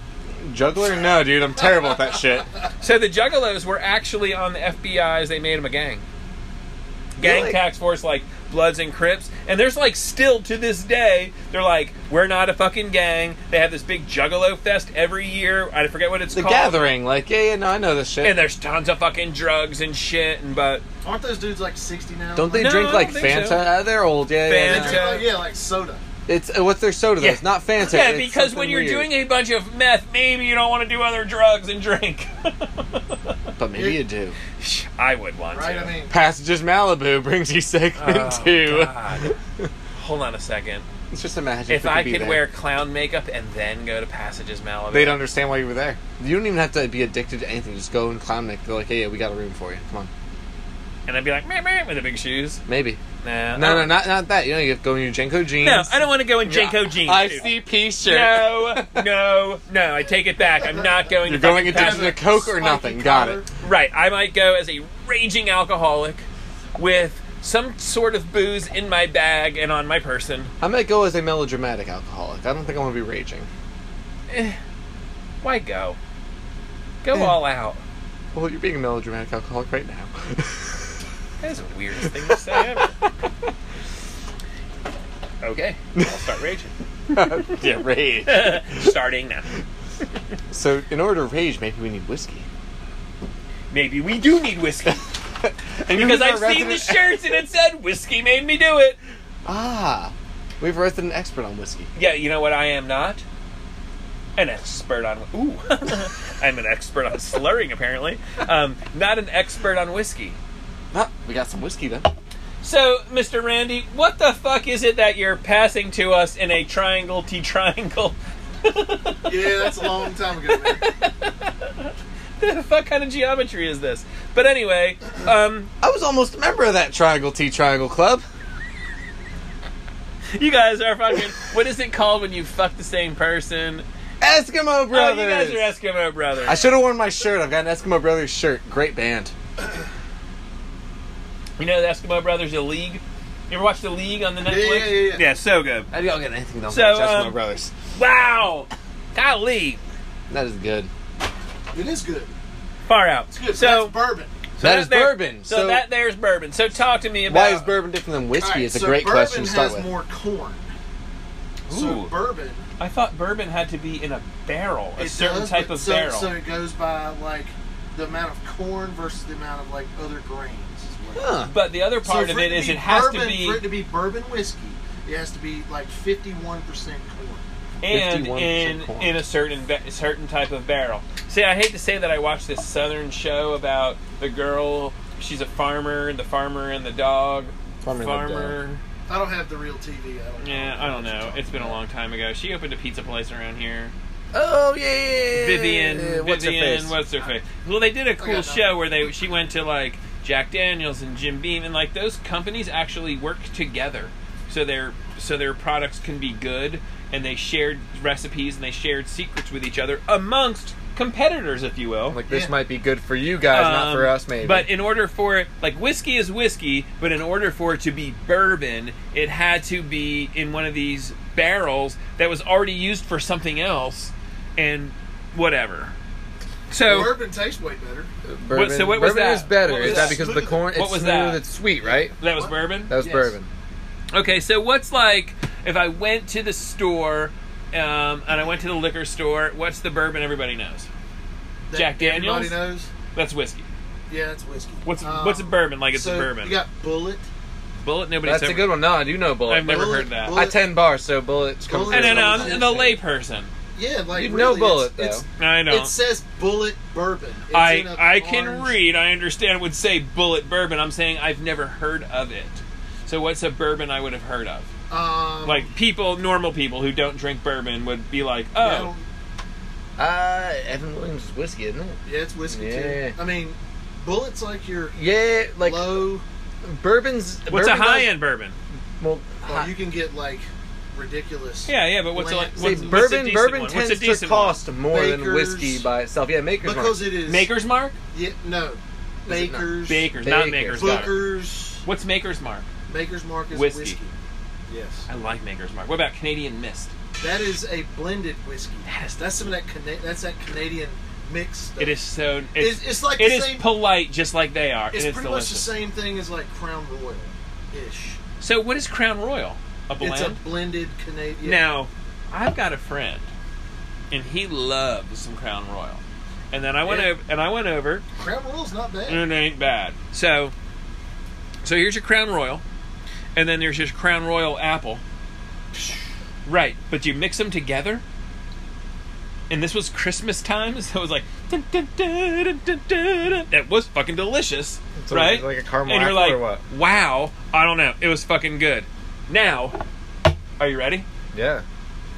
B: Juggler? No, dude. I'm terrible at that shit.
A: So the juggalos were actually on the FBI's. They made them a gang. gang
B: like-
A: tax force like Bloods and Crips, and there's like still to this day they're like we're not a fucking gang. They have this big Juggalo fest every year. I forget what it's
B: The
A: called.
B: Gathering, like yeah, yeah, no, I know this shit.
A: And there's tons of fucking drugs and shit, and but
E: Aren't those dudes like 60 now?
B: don't they
A: No, I
B: drink
A: don't
B: like
A: think
B: Fanta?
A: so.
B: Uh, they're old, yeah, yeah.
E: They
B: yeah.
E: drink,
A: Fanta.
E: like, yeah, like soda.
B: It's uh, what's their soda though?
A: Yeah.
B: It's not Fanta.
A: yeah,
B: it's
A: because when
B: something
A: you're
B: weird.
A: doing a bunch of meth, maybe you don't want to do other drugs and drink. *laughs*
B: but maybe you do.
A: I would want
E: Right?
A: to.
B: *laughs*
E: I mean,
B: Passengers Malibu brings you segment
A: *laughs* Oh,
B: two.
A: God. Hold on a second.
B: It's just imagine
A: If
B: it
A: I
B: be
A: could
B: there.
A: wear clown makeup and then go to Passages Malibu,
B: They'd understand why you were there. You don't even have to be addicted to anything. Just go and clown neck. They're like, hey, yeah, we got a room for you. Come on.
A: and I'd be like, meh, meh, with the big shoes.
B: Maybe.
A: Nah,
B: No,
A: I
B: no,
A: don't-
B: not not that. You know, you have to go in your Jenko jeans.
A: No, I don't want to go in Jenko jeans. dude.
B: ICP shirt.
A: No, no, no. I take it back. I'm not going.
B: You're
A: to
B: going
A: fucking
B: into
A: Passages-
B: the Coke or
E: spiky
B: nothing. Got
E: collar.
B: it.
A: Right, I might go as a raging alcoholic with some sort of booze in my bag and on my person.
B: I might go as a melodramatic alcoholic. I don't think I want to be raging.
A: Why go? Go all out.
B: Well, you're being a melodramatic alcoholic
A: *laughs*
B: right now.
A: That's the weirdest thing to say
B: *laughs*
A: ever. okay, I'll start raging. *laughs*
B: yeah, rage.
A: Starting now.
B: So, in order to rage, maybe we need whiskey. *laughs*
A: Maybe we do need whiskey
B: And you
A: because
B: are a
A: I've seen the
B: resident-
A: shirts and it said whiskey made me do it.
B: Ah, we have a resident expert on whiskey.
A: Yeah, you know what? I am not an expert on. Ooh, *laughs* I'm an expert on slurring. Apparently, um, not an expert on whiskey.
B: Ah, we got some whiskey then.
A: So, Mr. Randy, what the fuck is it that you're passing to us in a triangle T *laughs* triangle?
E: yeah, that's a long time ago, man.
A: *laughs* the fuck kind of geometry is this? But anyway, um,
B: I was almost a member of that Triangle T Triangle Club.
A: you guys are fucking. What is it called when you fuck the same person?
B: Eskimo Brothers.
A: Oh, you guys are Eskimo brothers.
B: I should have worn my shirt. I've got an Eskimo Brothers shirt. Great band.
A: you know the Eskimo brothers, the league. You ever watch the league on the Netflix?
E: yeah, yeah, yeah.
A: so good.
B: I don't get anything done.
A: So,
B: So, Eskimo
A: um,
B: Brothers.
A: Wow, golly,
B: That is good.
E: It is good.
A: far out.
E: It's good.
A: So,
E: that's bourbon.
A: so
B: that is
A: there-
B: bourbon.
A: So,
B: So-
A: that there's bourbon. So talk to me about
B: Why is bourbon different than whiskey?
E: All right,
B: is a
E: so
B: great
E: bourbon
B: question to start
E: has
B: with.
E: more corn.
A: Ooh.
E: So bourbon,
A: I thought bourbon had to be in a barrel, a
E: it
A: certain
E: does,
A: type
E: but
A: of
E: so,
A: barrel.
E: So it goes by like the amount of corn versus the amount of like other grains. Is what
B: Huh.
A: But the other
E: So
A: part
E: for
A: of it
E: to
A: is
E: be
A: it has
E: bourbon,
A: to be
E: for it to be bourbon whiskey. It has to be like fifty-one percent corn.
A: and
B: 51%
A: in
B: corn.
A: in a certain ba- certain type of barrel. See, I hate to say that I watched this southern show about the girl. She's a farmer, and the farmer and the dog.
B: Farmer and the
A: farmer.
E: I don't have the real TV. I don't know.
A: Yeah, I don't know. It's been a long time ago. She opened a pizza place around here.
B: Oh yeah, yeah, yeah.
A: Vivian,
B: What's
A: Vivian,
B: her face?
A: what's her face? Well, they did a cool
E: got
A: show where they she went to like Jack Daniels and Jim Beam, and like those companies actually work together, so their so their products can be good, and they shared recipes and they shared secrets with each other amongst competitors, if you will.
B: Like this
E: Yeah.
B: might be good for you guys, not
A: Um,
B: for us, maybe. Uh,
A: But in order for it, like whiskey is whiskey, but in order for it to be bourbon, it had to be in one of these barrels that was already used for something else, and whatever. So
E: Bourbon tastes way better.
B: bourbon,
A: so what was
B: bourbon
A: that?
B: is better.
E: What
B: Is
E: was
B: that
E: that?
B: because of the corn? It's
A: What was
B: smooth.
A: that?
B: It's sweet, right?
A: that was bourbon.
B: That was
E: Yes.
B: bourbon.
A: Okay, so what's like if I went to the store um, and I went to the liquor store? What's the bourbon everybody knows?
E: That
A: Jack
E: everybody
A: Daniels?
E: knows.
A: That's whiskey.
E: Yeah, it's whiskey.
A: What's
E: Um,
A: what's a bourbon like? It's
E: so
A: a bourbon.
E: You got Bullet.
A: Bullet. Nobody's
B: That's
A: ever.
B: a good one. No, I do know bullet.
A: I've never
E: Bullet,
A: heard that.
E: Bullet.
B: I ten bars, so bullets come.
E: Bullet
A: I
B: through.
A: don't know.
E: That's
A: I'm
E: what
A: um, the
E: I'm saying.
A: layperson.
E: Yeah, like
B: You
E: really,
B: know
E: it's-
B: Bullet,
E: It's,
A: I know.
E: It says Bullet Bourbon. It's in
A: I
E: a
A: I can
E: orange-
A: read. I understand. Would say bullet bourbon. I'm saying I've never heard of it. So what's a bourbon I would have heard of?
E: Um,
A: Like people, normal people who don't drink bourbon would be like,
E: yeah,
A: oh,
E: I don't-
B: Uh, Evan Williams is whiskey, isn't it?
E: yeah, it's whiskey
B: Yeah.
E: too. I mean, Bullet's like your
B: Yeah, like
E: low.
B: bourbons.
A: what's a
B: bourbon
A: high
B: does-
A: end bourbon?
B: Well,
E: Well,
B: hi-
E: you can get like ridiculous.
A: Yeah, yeah. But what's a,
E: Well,
A: like what's,
E: yeah.
B: say
E: See,
A: what's a
B: bourbon.
A: decent
B: Bourbon
A: one? What's a
B: tends to
A: decent one?
B: cost more than
E: Baker's-
B: whiskey by itself. Yeah, makers
E: because
B: mark.
E: it is
A: Maker's Mark.
E: Yeah, no,
B: it not?
E: Baker's
A: Baker's, not
B: Baker's.
A: Maker's. Mark.
E: Booker's
A: What's Maker's Mark?
E: Maker's Mark is
A: Whiskey.
E: whiskey. Yes,
A: I like Maker's Mark. What about Canadian Mist?
E: that is a blended whiskey.
A: That is-
E: that's some of that. Cana- that's that Canadian mixed stuff.
A: It is so. It's,
E: It's, it's like
A: it
E: the
A: is
E: same.
A: polite, just like they are.
E: it's
A: and it's
E: pretty much the
A: delicious.
E: same thing as like Crown Royal, ish.
A: So, what is Crown Royal? A blend.
E: It's a blended Canadian.
A: Now, I've got a friend, and he loves some Crown Royal. And then I went
E: Yeah.
A: over, and I went over,
E: Crown Royal's not bad.
A: and it ain't bad. So, so here's your Crown Royal, and then there's just Crown Royal apple. Right, but you mix them together. And this was Christmas time, *laughs* so it was like dun, dun, dun, dun, dun, dun, dun. it was fucking delicious,
F: It's
A: right?
F: Like a caramel
A: and you're
F: apple or
A: like,
F: what?
A: wow, I don't know, it was fucking good. Now, are you ready?
F: Yeah.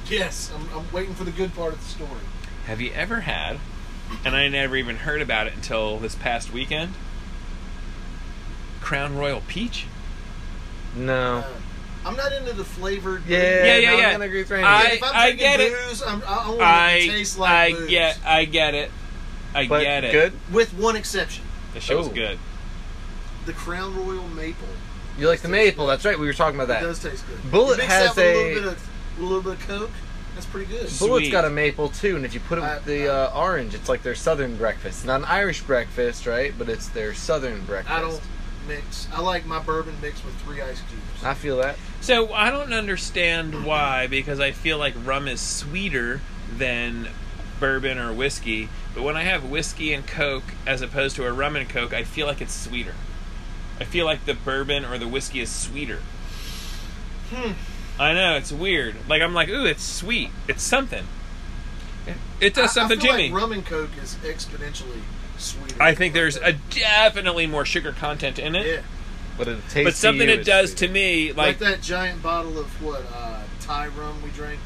E: Yes, I'm, I'm waiting for the good part of the story.
A: Have you ever had, and I never even heard about it until this past weekend, Crown Royal Peach?
F: No.
E: Uh, I'm not into the flavored.
F: yeah.
A: yeah, yeah,
F: no,
A: yeah.
F: I'm gonna agree with Randy.
A: I-
E: If I'm
A: I
E: drinking
A: get it.
E: booze, I'm, I, I want it
A: I
E: to taste like
A: I
E: booze.
A: get I get it. I
F: but
A: get it.
F: good.
E: With one exception,
A: The show's
F: Oh.
A: good.
E: the Crown Royal Maple.
F: You like the maple? That's right. We were talking about that.
E: It does taste good.
F: Bullet
E: You mix
F: has
E: that with
F: a-
E: little bit of, a little bit of Coke. That's pretty good.
F: Bullet's
A: Sweet.
F: got a maple too, and if you put it
E: I-
F: with the uh, orange, it's like their southern breakfast. Not an Irish breakfast, right? But it's their southern breakfast.
E: I don't mix. I like my bourbon mixed with three ice cubes.
F: I feel that.
A: So I don't understand why, because I feel like rum is sweeter than bourbon or whiskey. But when I have whiskey and coke as opposed to a rum and coke, I feel like it's sweeter. I feel like the bourbon or the whiskey is sweeter.
E: Hmm.
A: I know it's weird. Like I'm like, ooh, it's sweet. It's something. It does
E: I-
A: something
E: I feel
A: to
E: like
A: me.
E: Rum and Coke is exponentially sweeter.
A: I think there's a
E: Like
A: definitely more sugar content in
E: that.
A: it.
E: yeah,
F: But it tastes.
A: But something it does to me,
E: like,
A: like,
E: that giant bottle of what uh, Thai rum we drank.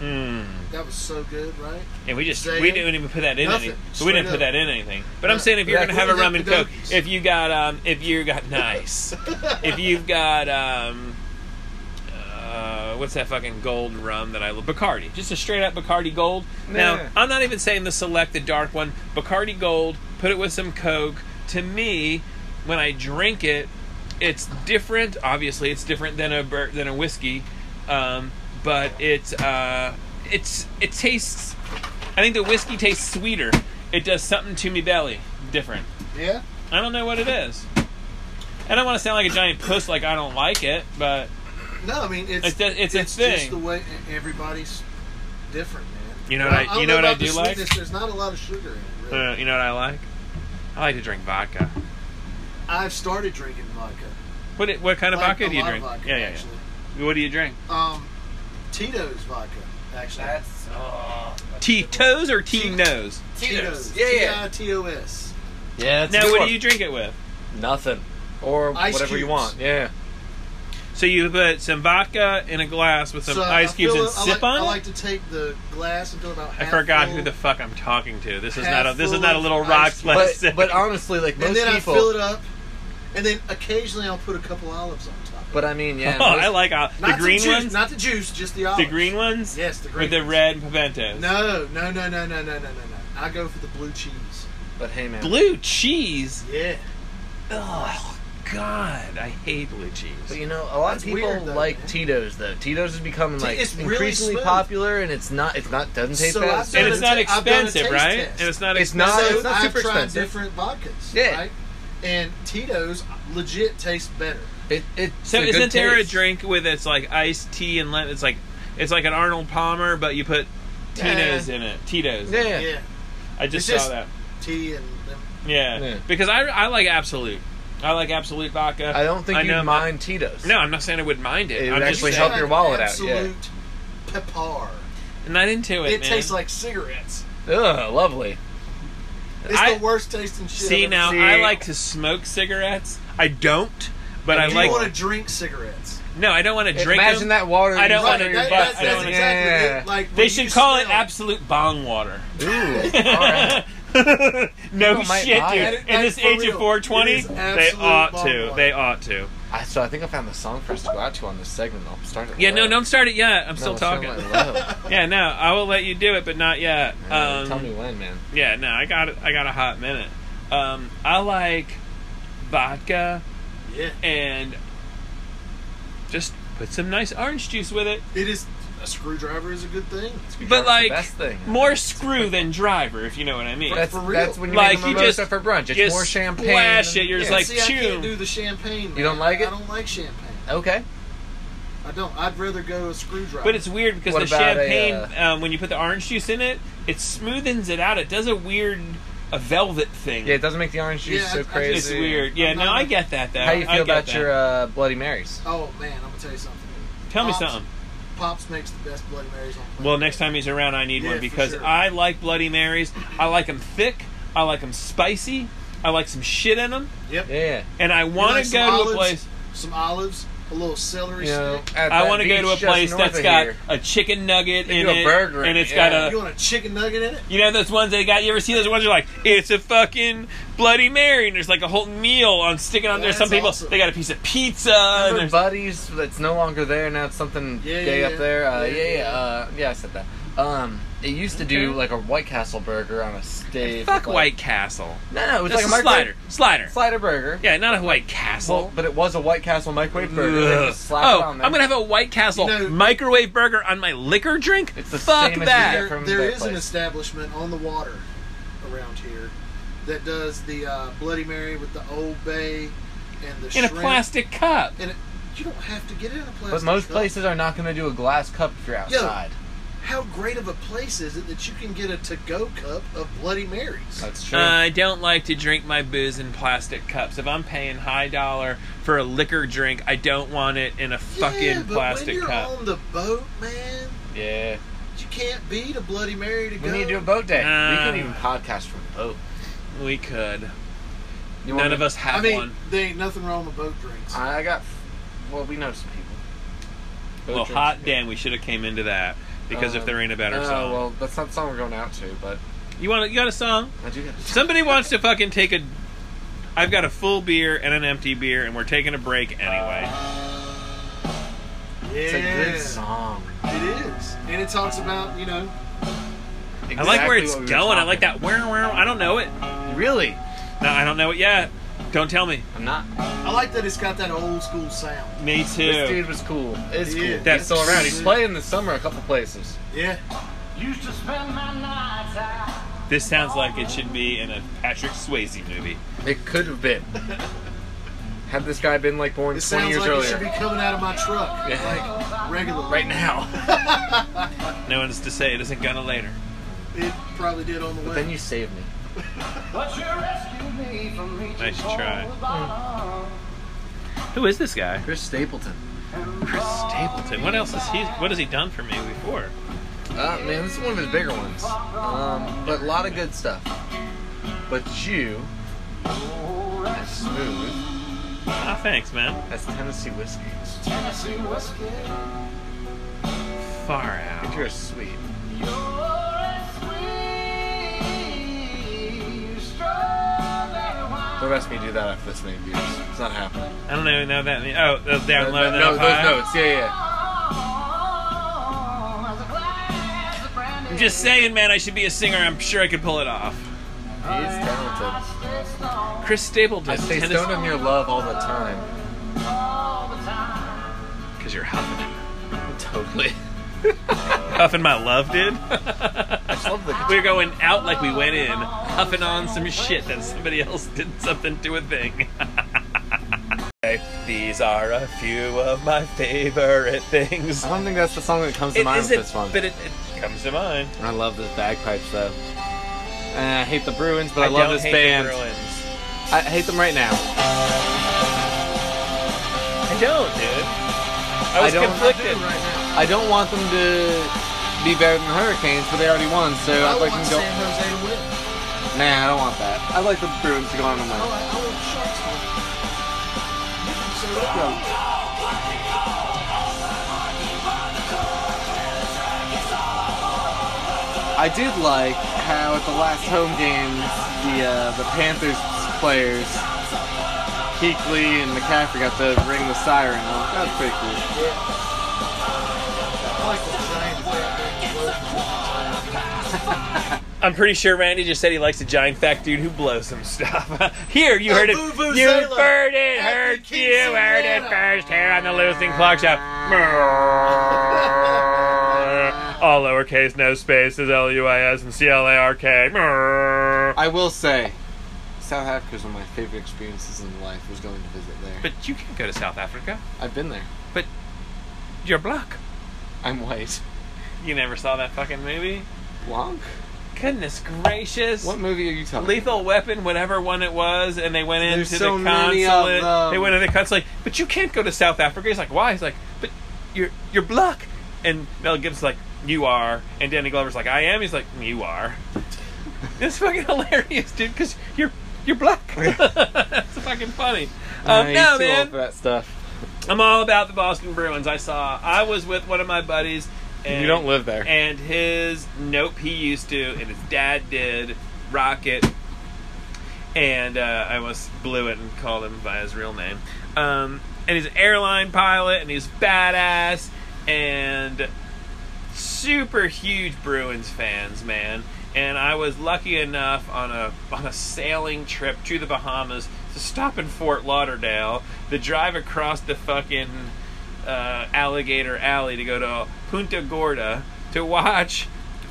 A: mm.
E: That was so good, right?
A: And we just
E: Say
A: we
E: it.
A: didn't even put that in
E: Nothing.
A: any. We
E: Straight
A: didn't put
E: up.
A: that in anything. But I'm
E: Yeah.
A: saying if you're
F: Yeah,
A: gonna have a
E: put it
A: rum
E: in
A: and
E: the
A: coke,
E: doggies.
A: if you got um, if you got *laughs* nice, if you've got um, uh, what's that fucking gold rum that I love? Bacardi, just a straight up Bacardi Gold.
F: Yeah.
A: Now I'm not even saying the select, the dark one. Bacardi Gold. Put it with some coke. To me, when I drink it, it's different. Obviously, it's different than a bur- than a whiskey, um, but it's uh, it's it tastes. I think the whiskey tastes sweeter. It does something to me belly different.
E: Yeah.
A: I don't know what it is. I don't want to sound like a giant puss, like I don't like it, but
E: No, I mean it's
A: It's just- it's a
E: just
A: thing.
E: the way e, everybody's different, man.
A: You know what I- you
E: don't
A: know what I
E: about the
A: do like?
E: sweetness, There's not a lot of sugar in it. Really.
A: uh, you know what I like? I like to drink vodka.
E: I've started drinking vodka.
A: What what kind of
E: Like,
A: Uh, vodka
E: a
A: do you
E: lot of
A: drink?
E: vodka,
A: yeah, yeah,
E: actually.
A: yeah. What do you drink?
E: Um, Tito's vodka, actually.
B: Uh,
E: uh,
A: Tito's or Tino's?
E: Tito's.
B: Yeah, yeah.
E: T-I-T-O-S.
F: Yeah. That's a
A: Now,
F: good
A: what
F: one.
A: do you drink it with?
F: Nothing. Or
E: Ice
F: whatever you
E: cubes.
F: want.
A: *laughs*
F: Yeah.
A: So you put some vodka in a glass with some ice
E: I
A: cubes
E: fill
A: and
E: it- I
A: sip
E: like,
A: on
E: I
A: it.
E: like to take the glass until about
A: I
E: half
A: forgot
E: full,
A: who the fuck I'm talking to. This is
E: half
A: not a this is
E: full
A: not a
E: of
A: little
E: ice
A: rock
E: cubes.
A: slash.
F: But but honestly, like most
E: and then
F: people.
E: I fill it up, and then occasionally I'll put a couple olives on top.
F: But I mean, yeah.
A: *laughs* *laughs* oh,
F: most-
A: I like uh, the
E: Not
A: green
E: the juice,
A: ones.
E: Not the juice, just the
A: The
E: olives.
A: green ones.
E: Yes, the green.
A: With the
E: ones.
A: red pimentos.
E: No, no, no, no, no, no, no, no, no. I go for the blue cheese.
F: But hey, man.
A: Blue cheese.
E: Yeah.
A: Oh God, I hate blue cheese.
F: But you know, a lot
E: That's
F: of people
E: weird, though,
F: like
E: man.
F: Tito's though. Tito's is becoming
E: Ti-
F: like
E: it's really
F: increasingly
E: smooth.
F: popular, and it's not. It's not. Doesn't taste
E: So
F: bad.
E: I've done
A: and
E: a
A: it's not
E: ta- I've done a
A: expensive,
E: taste
A: right?
E: test.
A: And it's not.
F: It's
A: Ex-
F: not.
E: so
F: it's not super
E: I've tried
F: expensive.
E: different vodkas.
F: Yeah.
E: Right? And Tito's legit tastes better.
F: It, it's
A: so
F: a good
A: isn't there a
F: taste.
A: drink with it's like iced tea and lemon? It's like it's like an Arnold Palmer, but you put Tito's in it. Tito's.
F: Yeah.
E: Yeah.
A: I just
E: It's
A: saw
E: just-
A: that.
E: Tea and them.
A: Yeah.
F: Yeah.
A: Because I, I like absolute. I like absolute vodka.
F: I don't think
A: I
F: you
A: know
F: mind
A: my-
F: Tito's.
A: No, I'm not saying I wouldn't mind it.
F: It
A: I'm
F: would
A: just
F: actually
A: saying,
F: help your wallet out, yeah.
E: Absolute Pepar.
A: Not into it.
E: It
A: man.
E: tastes like cigarettes.
F: Ugh, lovely.
E: It's
A: I-
E: the worst tasting shit.
A: See
E: I've
A: now,
E: ever
A: I like to smoke cigarettes. I don't, but I
E: seen. Do
A: like.
E: you want to drink cigarettes?
A: No, I don't want to drink.
F: Imagine
A: them.
F: that water.
A: I don't
F: you
A: want
F: put
A: to-
F: in your
A: that-
F: butt.
E: that's,
A: I don't
E: that's
A: wanna-
E: exactly
F: yeah.
E: it. Like
A: They
E: when
A: should
E: you
A: call it
E: smell-
A: absolute bong water.
E: *laughs*
F: Ooh, all right.
A: *laughs* no
F: People might
A: shit,
F: buy
A: dude.
F: it.
E: That-
A: In
E: that's
A: this
E: for
A: age
E: real.
A: of 420,
E: It is
A: they
E: absolute
A: ought
E: bong
A: to.
E: water.
A: They ought to.
F: I, so I think I found the song for us to go out to on this segment. I'll start it.
A: Yeah, no,
F: low.
A: don't start it yet. I'm still
F: I'll start
A: talking.
F: it
A: *laughs*
F: low.
A: Yeah, no, I will let you do it, but not yet.
F: Uh, Tell me
A: Um,
F: when, man.
A: yeah, no, I got I got a hot minute. Um, I like vodka
E: Yeah.
A: and just put some nice orange juice with it.
E: It is a screwdriver is a good thing.
A: But like
B: best thing.
A: more screw than driver, if you know what I mean.
B: That's,
E: For real.
B: that's when you
A: Like,
B: make
A: you
B: a mimosa
A: just-
B: for brunch. It's
A: just
B: more champagne.
A: splash
B: than-
A: it, you're just
B: Yeah.
A: like,
E: See, I
A: chew.
E: can't do the champagne. man.
B: don't like it?
E: I don't like champagne.
B: okay.
E: I don't. I'd rather go a screwdriver.
A: But it's weird because
B: What
A: the
B: about a, uh,
A: champagne, um, when you put the orange juice in it, it smoothens it out. It does a weird, a velvet thing.
B: Yeah, it doesn't make the orange juice
E: Yeah, I- I
B: so
E: just-
B: crazy.
A: it's weird. Yeah,
E: I'm
A: no,
E: not-
A: I get that though.
B: How you
A: I
B: feel
A: get
B: about
A: that.
B: your uh, Bloody Marys?
E: oh man, I'm gonna tell you something.
A: Tell me
E: Pops.
A: something.
E: Pops makes the best Bloody Marys on. the
A: Well,
E: planet.
A: next time he's around, I need
E: Yeah,
A: one
E: for
A: because
E: sure.
A: I like Bloody Marys. I like them thick. I like them spicy. I like some shit in them,
E: Yep.
B: Yeah.
A: and I want
E: like
A: to go to
E: some
A: a
E: olives?
A: place.
E: Some olives, a little celery
B: You know,
E: stick.
B: at
A: I
B: that
A: want to go
B: beach
A: to a
B: just
A: place
B: north
A: that's
B: of
A: got
B: here.
A: a chicken nugget
B: They
A: in
B: do a
A: it,
B: burger in
A: and
B: it,
A: it's got
B: yeah.
A: a
E: You want a chicken nugget in it?
A: You know those ones they got. You ever see those ones? You're like, it's a fucking Bloody Mary, and there's like a whole meal on sticking on there.
E: That's
A: Some people
E: awesome.
A: they got a piece of pizza.
B: Remember
A: And Uh, there's,
B: buddies that's no longer there now. It's something
E: Yeah,
B: gay
E: yeah,
B: up
E: yeah.
B: there. Uh,
E: Yeah,
B: yeah, yeah.
E: yeah.
B: Uh, yeah, I said that. Um, it used to do
A: Okay.
B: like a White Castle burger on a steak.
A: fuck
B: like-
A: White Castle.
B: No, no, it was
A: That's
B: like a,
A: a slider,
B: microwave-
A: slider.
B: Slider burger.
A: Yeah, not a White
B: Well,
A: Castle.
B: but it was a White Castle microwave burger. They
A: Ugh.
B: just slap it
A: Oh,
B: on
A: I'm
B: there.
A: gonna have a White Castle
E: You know-
A: microwave burger on my liquor drink.
B: It's the
A: fuck
B: same as
A: that.
B: you
E: There,
B: from
E: there
B: that
E: is an
B: place.
E: establishment on the water around here that does the uh, Bloody Mary with the Old Bay and the
A: in a
E: shrimp.
A: plastic cup.
E: And it, you don't have to get it in a plastic.
B: But most
E: cup.
B: places are not going to do a glass cup if you're outside.
E: How great of a place is it that you can get a to-go cup of Bloody Marys?
B: That's true.
A: Uh, I don't like to drink my booze in plastic cups. If I'm paying high dollar for a liquor drink, I don't want it in a fucking
E: yeah, but
A: plastic
E: when you're
A: cup.
E: on the boat, man,
B: yeah.
E: you can't beat a Bloody Mary to
B: We
E: go.
B: need to do a boat day. we
A: Uh,
B: could even podcast from a boat.
A: We could.
B: You want
A: None
B: me-
A: of us have
E: I mean,
A: one.
E: there ain't nothing wrong with boat drinks.
B: I got. Well, we know some people. Boat
A: Well,
B: drinks.
A: hot damn, we should have came into that because if
B: Um,
A: there ain't a better
B: Oh,
A: song,
B: well, that's not the song we're going out to, but
A: you want you got a song?
B: I do have
A: Somebody wants to fucking take a. I've got a full beer and an empty beer, and we're taking a break anyway.
E: yeah,
B: It's a good song.
E: it is, and it talks about you know
A: I like where
B: Exactly
A: it's
B: what we were
A: going. I like
B: talking.
A: that. Where, where? I don't know it.
B: Really?
A: No, I don't know it yet. Don't tell me.
B: I'm not.
E: I like that it's got that old school sound.
A: Me
B: This
A: too.
B: dude was cool. It's
E: Yeah.
B: cool.
A: That's-
B: He's still around. He's playing this summer a couple places.
E: Yeah.
D: Used to spend my nights out.
A: This sounds like it should be in a Patrick Swayze movie.
B: It could have been. Had this guy been like born 20
E: It sounds
B: years
E: like it
B: earlier.
E: should be coming out of my
B: *laughs*
E: truck,
B: Yeah.
E: like regularly.
B: Right now.
A: No one's to say it isn't gonna later.
E: *laughs* It probably did on the
B: but
E: way.
B: then you saved me.
D: But you rescued me from reaching
A: Nice
D: for
A: try.
D: the bottom.
A: Who is this guy?
B: Chris Stapleton.
A: Chris Stapleton. What else has he? What has he done for me before?
B: Uh, man, this is one of his bigger ones. Um, but a lot of good stuff. But you, that's smooth.
A: Ah, thanks, man.
B: That's Tennessee whiskey.
D: Tennessee whiskey.
A: Far out.
B: You're sweet.
D: You're as sweet as strawberry wine.
B: Don't ask me to do that after this many beers. It's not happening.
A: I don't even know that. mean- Oh, those down low,
B: no,
A: then
B: no,
A: up
B: those
A: high.
B: notes. Yeah, yeah.
D: Oh, as a glass of brandy.
A: I'm just saying, man. I should be a singer. I'm sure I could pull it off.
B: He's
D: I
B: talented.
D: stay stoned
A: Chris Stapleton,
B: I stay
A: Tennessee-
B: stoned on your love all the time.
D: all the time.
A: Cause you're huffing,
B: Totally.
A: *laughs* huffing my love, dude. *laughs*
B: I just love the
A: We're going out like we went in, huffing on some shit that somebody else did something to a thing. *laughs* These are a few of my favorite things.
B: I don't think that's the song that comes to
A: It
B: mind with
A: isn't,
B: this one.
A: but it, it comes to mind.
B: I love this bagpipes though. And I hate the Bruins, but I,
A: don't
B: love this
A: hate the
B: band.
A: Bruins.
B: I hate them right now.
A: I don't, dude. I was
B: I don't-
A: conflicted.
B: I don't want them to be better than the Hurricanes, but they already won, so
E: I
B: I'd like
E: want
B: them to go.
E: San Jose to win.
B: Nah, I don't want that. I'd like the Bruins to go on and
E: I
B: win.
E: want, I want Sharks to win. You can say that.
B: I did like how at the last home games the uh, the Panthers players, Keekly and McCaffrey, got to ring the siren. That was pretty cool.
E: I like the Giants. They have big blows.
A: I'm pretty sure Randy just said he likes a giant fat dude who blows some stuff. *laughs* Here, you heard it.
E: A vuvuzela.
A: You heard it.
E: Happy
A: Heard you
E: Kingston
A: heard it *laughs*
E: Manor.
A: first here on the Losing Clock Show. All lowercase, no spaces, L U I S and C L A R K. Brrr.
B: I will say, South Africa is one of my favorite experiences in life. Was going to visit there.
A: But you can go to South Africa.
B: I've been there.
A: You're black.
B: I'm white.
A: You never saw that fucking movie?
B: Blanc?
A: Goodness gracious.
B: What movie are you talking?
A: Lethal Weapon, whatever one it was, and they went into
B: There's so
A: the
B: many of
A: consulate.
B: them.
A: They went into the consulate, but you can't go to South Africa. He's like, why? He's like, but you're you're black. And Mel Gibson's like, you are. And Danny Glover's like, I am. He's like, you are. *laughs* It's fucking hilarious, dude, because you're you're black. *laughs* That's fucking funny.
B: about?
A: Um,
B: Nah,
A: no,
B: he's too old
A: man.
B: for that stuff.
A: I'm all about the Boston Bruins. I saw. I was with one of my buddies. And
B: you don't live there.
A: and his nope he used to and his dad did rocket and uh, i almost blew it and called him by his real name um, and he's an airline pilot and he's badass and super huge bruins fans man and i was lucky enough on a on a sailing trip to the bahamas to stop in fort lauderdale the drive across the fucking uh, Alligator Alley to go to Punta Gorda to watch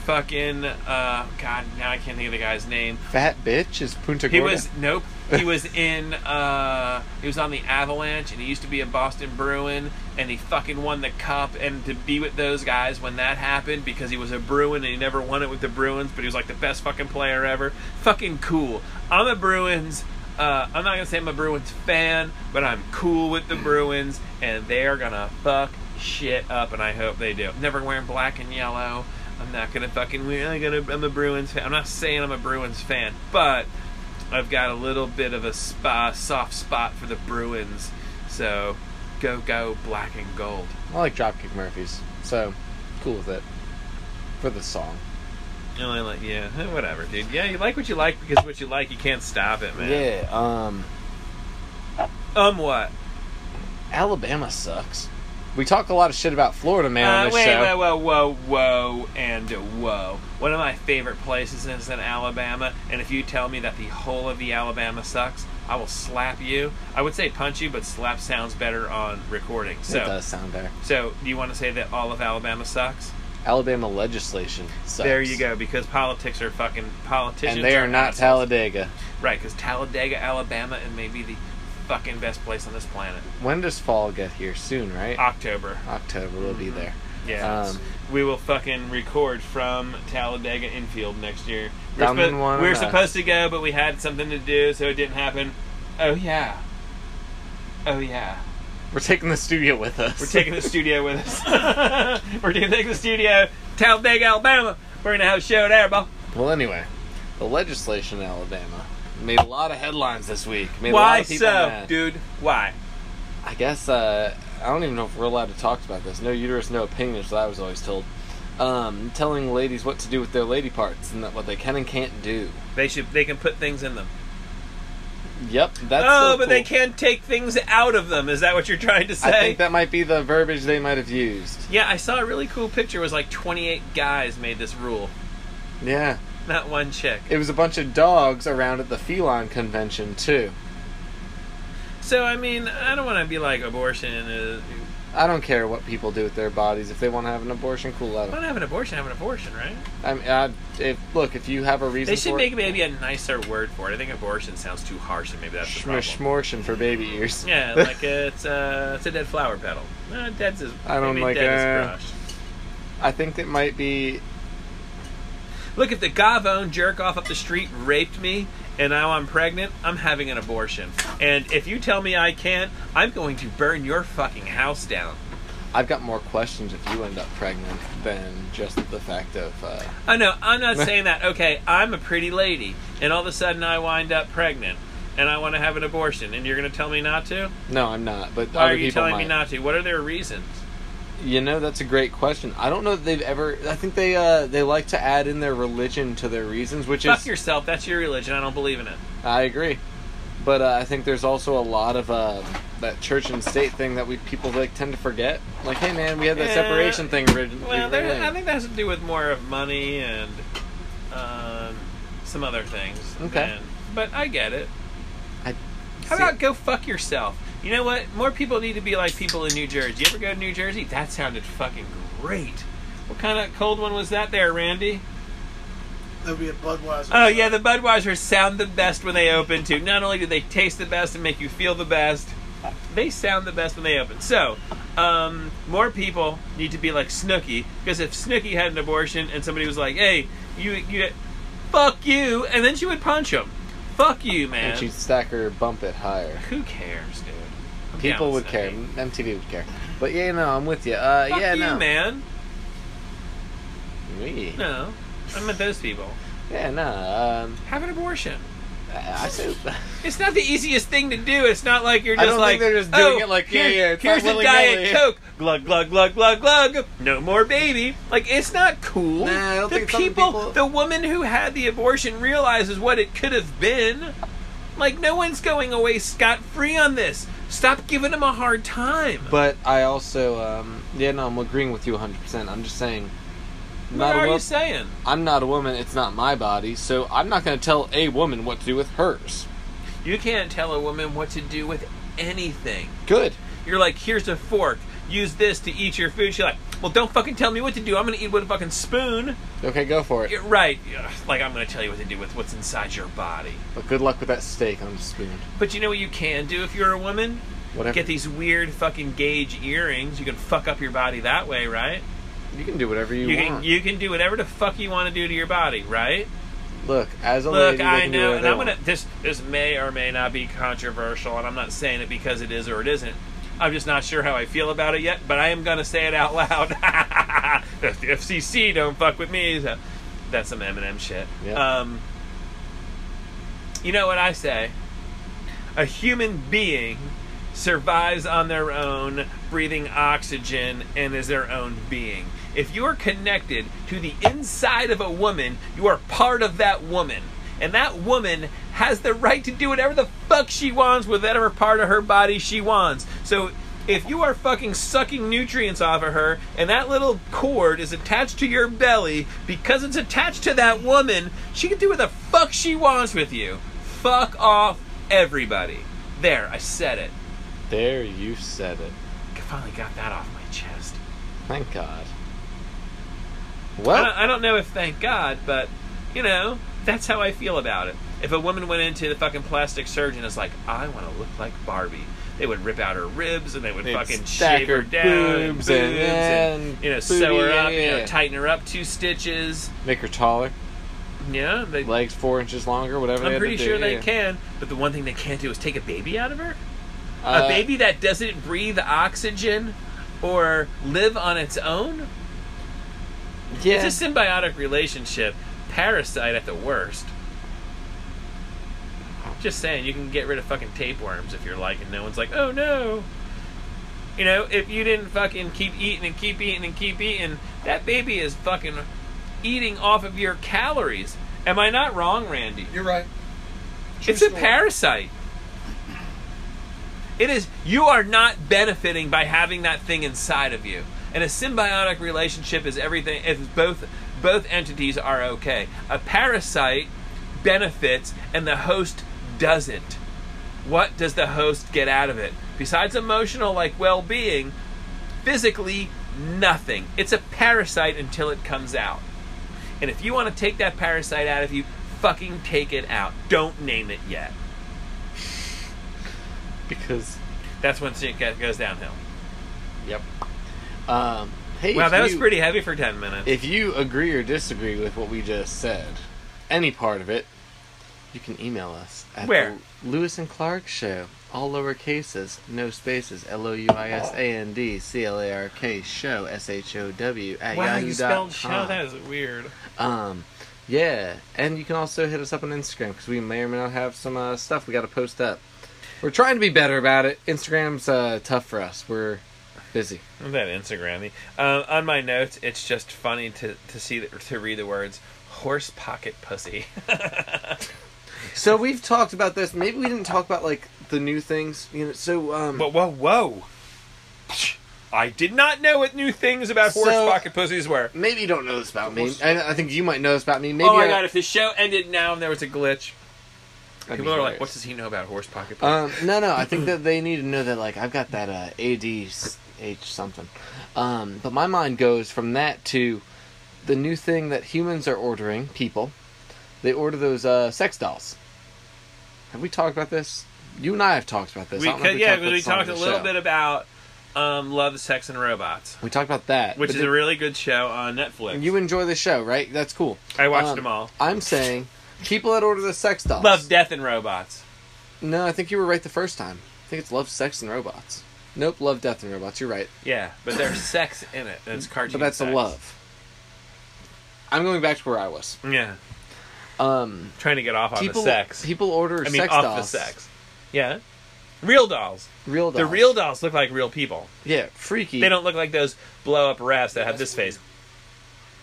A: fucking uh, God. Now I can't think of the guy's name.
B: Fat bitch is Punta Gorda.
A: He was nope. He was in uh, he was on the Avalanche and he used to be a Boston Bruin and he fucking won the cup and to be with those guys when that happened because he was a Bruin and he never won it with the Bruins but he was like the best fucking player ever. Fucking cool. I'm a Bruins. Uh, I'm not gonna say I'm a Bruins fan, but I'm cool with the Bruins and they're gonna fuck shit up and I hope they do. Never wearing black and yellow. I'm not gonna fucking wear. I'm gonna. I'm a Bruins fan. I'm not saying I'm a Bruins fan, but I've got a little bit of a spa, soft spot for the Bruins, so go go black and gold.
B: I like Dropkick Murphys, so cool with it. For the song.
A: And I like, yeah, eh, whatever, dude. Yeah, you like what you like because what you like, you can't stop it, man.
B: Yeah, um,
A: Um, what?
B: Alabama sucks. We talk a lot of shit about Florida, man, on
A: Uh,
B: this
A: wait,
B: show.
A: whoa, whoa, whoa, whoa, and whoa. One of my favorite places is in Alabama, and if you tell me that the whole of the Alabama sucks, I will slap you. I would say punch you, but slap sounds better on recording.
B: It
A: So,
B: does sound better.
A: so do you want to say that all of Alabama sucks?
B: Alabama legislation sucks.
A: There you go, because politics are fucking politicians.
B: And they are not
A: assholes.
B: Talladega.
A: Right, because Talladega, Alabama, and maybe the fucking best place on this planet.
B: When does fall get here? Soon, right?
A: October.
B: October will be there.
A: Yeah.
B: Um,
A: we will fucking record from Talladega infield next year. We
B: Dumb
A: suppo-
B: one
A: we were
B: of us.
A: supposed to go, but we had something to do, so it didn't happen. Oh, yeah. Oh, yeah.
B: We're taking the studio with us.
A: We're
B: *laughs*
A: taking the studio with us. *laughs* we're going to take the studio, Talladega, Alabama. We're going to have a show there, bro.
B: Well, anyway, the legislation in Alabama made a lot of headlines this week. Made a lot
A: Why
B: of people
A: so,
B: mad.
A: dude? Why?
B: I guess uh, I don't even know if we're allowed to talk about this. No uterus, no opinion is what I was always told. Um, telling ladies what to do with their lady parts and that what they can and can't do.
A: They should. They can put things in them.
B: Yep, that's
A: oh,
B: so
A: but they
B: cool.
A: can't take things out of them. Is that what you're trying to say?
B: I think that might be the verbiage they might have used.
A: yeah, I saw a really cool picture. It was like 28 guys made this rule,
B: Yeah,
A: not one chick.
B: it was a bunch of dogs around at the feline convention too.
A: So I mean, I don't want to be like abortion. uh, Is,
B: I don't care what people do with their bodies. If they want to have an abortion, cool. Let
A: I
B: 'em.
A: don't have an abortion. Have an abortion, right?
B: I mean, I, if look, if you have a reason,
A: They should
B: for
A: make
B: it,
A: maybe a nicer word for it. I think abortion sounds too harsh, and maybe that's the problem.
B: Schmorshing for baby ears.
A: Yeah,
B: *laughs*
A: like uh, it's uh, it's a dead flower petal. Uh, dead's is
B: I don't
A: maybe
B: like,
A: dead is
B: uh,
A: crushed.
B: I think it might be.
A: Look, if the Gavone jerk off up the street raped me and now I'm pregnant, I'm having an abortion. And if you tell me I can't, I'm going to burn your fucking house down.
B: I've got more questions if you end up pregnant than just the fact of. Uh,
A: I know, I'm
B: *laughs*
A: not saying that. Okay, I'm a pretty lady and all of a sudden I wind up pregnant and I want to have an abortion and you're going to tell me not to?
B: no, I'm not. But
A: Why
B: other
A: are you
B: people
A: telling
B: might.
A: me not to? What are their reasons?
B: You know, that's a great question. I don't know that they've ever. I think they uh, they like to add in their religion to their reasons, which
A: Fuck
B: is
A: yourself. That's your religion. I don't believe in it.
B: I agree. But uh, I think there's also a lot of uh, that church and state thing that we people like tend to forget. Like, hey man, we had that
A: Yeah.
B: separation thing origi-
A: Well, there-
B: originally.
A: I think that has to do with more of money and um, some other things.
B: Okay.
A: And- but I get it.
B: I-
A: How
B: see-
A: about go fuck yourself? You know what? More people need to be like people in New Jersey. You ever go to New Jersey? That sounded fucking great. What kind of cold one was that there, Randy?
E: That would be a Budweiser.
A: Oh yeah, the Budweisers sound the best when they open too. Not only do they taste the best and make you feel the best, uh, they sound the best when they open. So, um, more people need to be like Snooky because if Snooky had an abortion and somebody was like, "Hey, you, you, fuck you," and then she would punch him. Fuck you, man.
B: And she'd stack her bump it higher.
A: Who cares, dude? I'm
B: People
A: down with
B: would care.
A: Snooki.
B: MTV would care. But yeah, no, I'm with you. Uh,
A: Fuck
B: yeah,
A: you,
B: no.
A: man.
B: Me.
A: No, I meant those people.
B: Yeah, no. Um,
A: Have an abortion.
B: I, I said,
A: It's not the easiest thing to do. It's not like you're
B: I
A: just
B: don't
A: like
B: think they're just doing
A: oh,
B: it like, yeah,
A: here-
B: yeah, it's
A: here's
B: not
A: a diet
B: willy-nilly.
A: coke. Glug glug glug glug glug. No more baby. Like it's not cool.
B: Nah, I don't
A: the
B: think some
A: people,
B: people-
A: the woman who had the abortion realizes what it could have been. Like no one's going away scot free on this. Stop giving them a hard time.
B: but I also, um, yeah, no, I'm agreeing with you 100%. I'm just saying,
A: what
B: not a
A: are you
B: woman.
A: saying?
B: I'm not a woman. It's not my body, so I'm not going to tell a woman what to do with hers.
A: You can't tell a woman what to do with anything.
B: Good.
A: You're like, here's a fork. Use this to eat your food. She's like, well, don't fucking tell me what to do. I'm gonna eat with a fucking spoon.
B: Okay, go for it.
A: You're right. Ugh, Like I'm going to tell you what to do with what's inside your body.
B: But good luck with that steak on the spoon.
A: But you know what you can do if you're a woman?
B: Whatever.
A: Get these weird fucking gauge earrings. You can fuck up your body that way, right?
B: you can do whatever you,
A: You
B: want.
A: can you can do whatever the fuck you want to do to your body, right?
B: Look, as a
A: Look,
B: lady, they
A: I
B: can do
A: know,
B: whatever
A: and
B: they
A: I'm gonna
B: want.
A: this this may or may not be controversial, and I'm not saying it because it is or it isn't. I'm just not sure how I feel about it yet, but I am gonna say it out loud. *laughs* if the FCC don't fuck with me, so- that's some Eminem shit.
B: Yeah.
A: Um, you know what I say? A human being survives on their own, breathing oxygen, and is their own being. If you are connected to the inside of a woman, you are part of that woman. And that woman has the right to do whatever the fuck she wants with whatever part of her body she wants. So if you are fucking sucking nutrients off of her and that little cord is attached to your belly because it's attached to that woman, she can do what the fuck she wants with you. Fuck off everybody. There, I said it.
B: There, you said it.
A: I finally got that off my chest.
B: Thank God.
A: I
B: Well,
A: don't, I don't know if thank God, but you know, that's how I feel about it. If a woman went into the fucking plastic surgeon and is like, I want to look like Barbie, they would rip out her ribs and they would
B: They'd
A: fucking
B: stack
A: shave her
B: her
A: down,
B: boobs and- and
A: you know,
B: booty,
A: sew her
B: yeah,
A: up, you know,
B: yeah.
A: tighten her up two stitches.
B: make her taller,
A: Yeah, they,
B: legs four inches longer, whatever. they
A: I'm
B: had
A: pretty
B: to
A: sure
B: do.
A: they
B: yeah.
A: can. But the one thing they can't do is take a baby out of her. a
B: Uh,
A: baby that doesn't breathe oxygen or live on its own.
B: Yeah.
A: It's a symbiotic relationship. Parasite at the worst. Just saying, you can get rid of fucking tapeworms if you're like, and no one's like, oh no. You know, if you didn't fucking keep eating and keep eating and keep eating, that baby is fucking eating off of your calories. Am I not wrong, Randy?
E: You're right. True
A: It's a
E: story.
A: parasite. It is. You are not benefiting by having that thing inside of you. And a symbiotic relationship is everything. If both both entities are okay, a parasite benefits and the host doesn't. What does the host get out of it? Besides emotional like well-being, physically nothing. It's a parasite until it comes out. And if you want to take that parasite out of you, fucking take it out. Don't name it yet.
B: because.
A: That's when shit go- goes downhill.
B: Yep. Um, hey,
A: Wow,
B: if
A: that was
B: you-
A: pretty heavy for 10 minutes.
B: If you agree or disagree with what we just said, any part of it, you can email us at
A: Where?
B: the Lewis and Clark Show, all lower cases, no spaces, L O U I S A N D C L A R K Show S H O W at
A: wow,
B: yahoo
A: you
B: dot
A: spelled show. That is weird.
B: Um, yeah, and you can also hit us up on Instagram because we may or may not have some uh, stuff we got to post up. We're trying to be better about it. Instagram's uh, tough for us. We're busy.
A: That Instagrammy. Um, on my notes, it's just funny to, to see the, to read the words horse pocket
B: *laughs*
A: pussy.
B: So we've talked about this. Maybe we didn't talk about like the new things. You know, so um,
A: But whoa, whoa! I did not know what new things about horse
B: So-
A: pocket pussies were.
B: maybe you don't know this about me. I, I think you might know this about me. Maybe
A: oh my
B: I,
A: god! If the show ended now and there was a glitch, people
B: That'd be
A: are like,
B: hilarious.
A: "What does he know about horse pocket pussies?"
B: Um, no, no. I think that they need to know that like I've got that uh, AD uh, s- H something. Um, but my mind goes from that to the new thing that humans are ordering. People, they order those uh, sex dolls. Have we talked about this? You and I have talked about this. I
A: We
B: don't know if
A: could, yeah,
B: about
A: because we
B: this on
A: talked
B: the
A: a little
B: show.
A: bit about um, Love, Sex, and Robots,
B: We talked about that,
A: which
B: but
A: is a really good show on Netflix.
B: You enjoy the show, right? That's cool.
A: I watched
B: um,
A: them all.
B: I'm saying people that order the sex dolls.
A: Love, Death, and Robots.
B: No, I think you were right the first time. I think it's Love, Sex, and Robots. Nope, Love, Death, and Robots. You're right.
A: Yeah, but
B: *coughs*
A: there's sex in it. That's cartoon.
B: But that's the
A: sex.
B: love. I'm going back to where I was.
A: Yeah,
B: Um,
A: trying to get off on
B: people,
A: the sex.
B: people order
A: I mean,
B: sex
A: off
B: dolls.
A: the sex. Yeah, real dolls.
B: Real dolls.
A: The real dolls look like real people.
B: Yeah, freaky.
A: They don't look like those blow up rafts that have this face.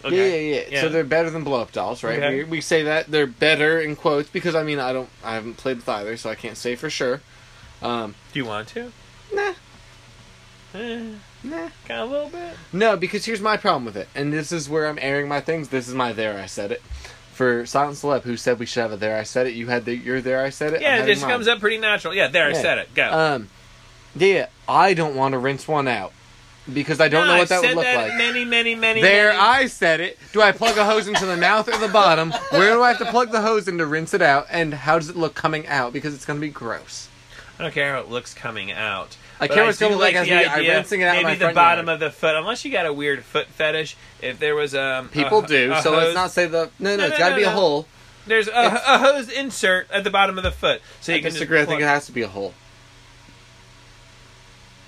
B: Yeah, yeah, yeah, So they're better than blow up dolls, right?
A: Okay.
B: We, we say that they're better in quotes because I mean I don't I haven't played with either, so I can't say for sure. Um,
A: Do you want to?
B: nah,
A: Eh,
B: nah.
A: kind of a little bit.
B: No, because here's my problem with it, and this is where I'm airing my things. This is my there I said it. For Silent Celeb, who said we should have a there I said it, you had the your there I said it.
A: Yeah, it just comes up pretty natural. Yeah, there I
B: Yeah.
A: said it. Go.
B: Um, yeah, I don't want to rinse one out because I
A: No,
B: don't know what
A: I've
B: that
A: said
B: would look
A: that
B: like.
A: Many, many, many.
B: There,
A: many-
B: I said it. Do I plug a hose into the mouth or the bottom? Where do I have to plug the hose in to rinse it out? And how does it look coming out? Because it's going to be gross.
A: I don't care how it looks coming out.
B: I
A: But
B: care what it's
A: do
B: gonna look like as
A: the
B: we- I'm
A: idea,
B: rinsing it out in
A: Maybe
B: my
A: the
B: front
A: bottom
B: yard.
A: of the foot, unless you got a weird foot fetish. If there was um, a
B: People
A: ho-
B: do,
A: a
B: so let's
A: hose-
B: not say the. No, no,
A: No,
B: it's
A: no,
B: got to
A: no,
B: be a
A: no.
B: hole.
A: There's a, a hose insert at the bottom of the foot, so
B: I
A: you can just
B: disagree. I think
A: plug-
B: it has to be a hole.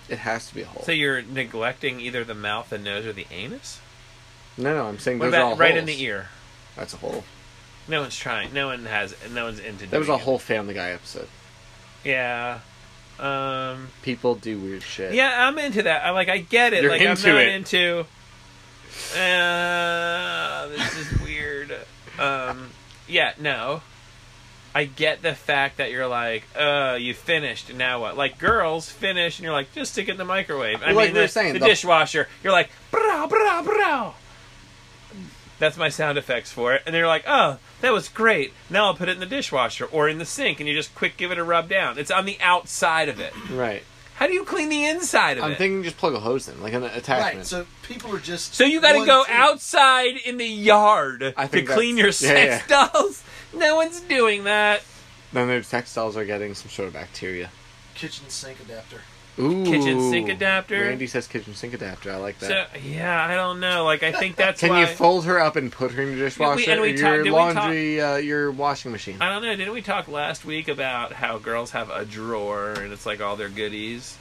B: It has to be a hole.
A: So you're neglecting either the mouth, the nose, or the anus.
B: No, no, I'm saying
A: What
B: those are all
A: about right in
B: holes.
A: the ear?
B: That's a hole.
A: No one's trying. No one has. No one's into.
B: That was
A: doing
B: a whole Family Guy episode.
A: It. Yeah. Um.
B: People do weird shit.
A: Yeah, I'm into that. I like. I get it.
B: You're
A: like
B: into
A: I'm not
B: it.
A: into. Uh, this is *laughs* weird. Um. Yeah. No. I get the fact that you're like, uh, you finished. Now what? Like girls finish, and you're like, just stick it in the microwave. I
B: Well, like
A: mean,
B: we were
A: the,
B: saying,
A: the
B: the-
A: dishwasher. You're like, brow, brow, brow. That's my sound effects for it. And they're like, oh, that was great. Now I'll put it in the dishwasher or in the sink, and you just quick give it a rub down. It's on the outside of it.
B: Right.
A: How do you clean the inside of
B: I'm
A: it?
B: thinking just plug a hose in, like an attachment.
E: Right, so people are just.
A: so you got to
E: one,
A: go
E: two-
A: outside in the yard
B: I
A: to
B: think
A: clean your
B: that's- *laughs* yeah,
A: sex dolls. No one's doing that.
B: then those textiles are getting some sort of bacteria.
E: Kitchen sink adapter.
B: Ooh.
A: Kitchen sink adapter?
B: Randy says kitchen sink adapter. I like that.
A: So yeah, I don't know. Like I think that's
B: Can
A: why.
B: you fold her up and put her in the dishwasher
A: and we
B: or
A: talked-
B: your
A: did we talk-
B: laundry, uh, your washing machine?
A: I don't know. Didn't we talk last week about how girls have a drawer and it's like all their goodies?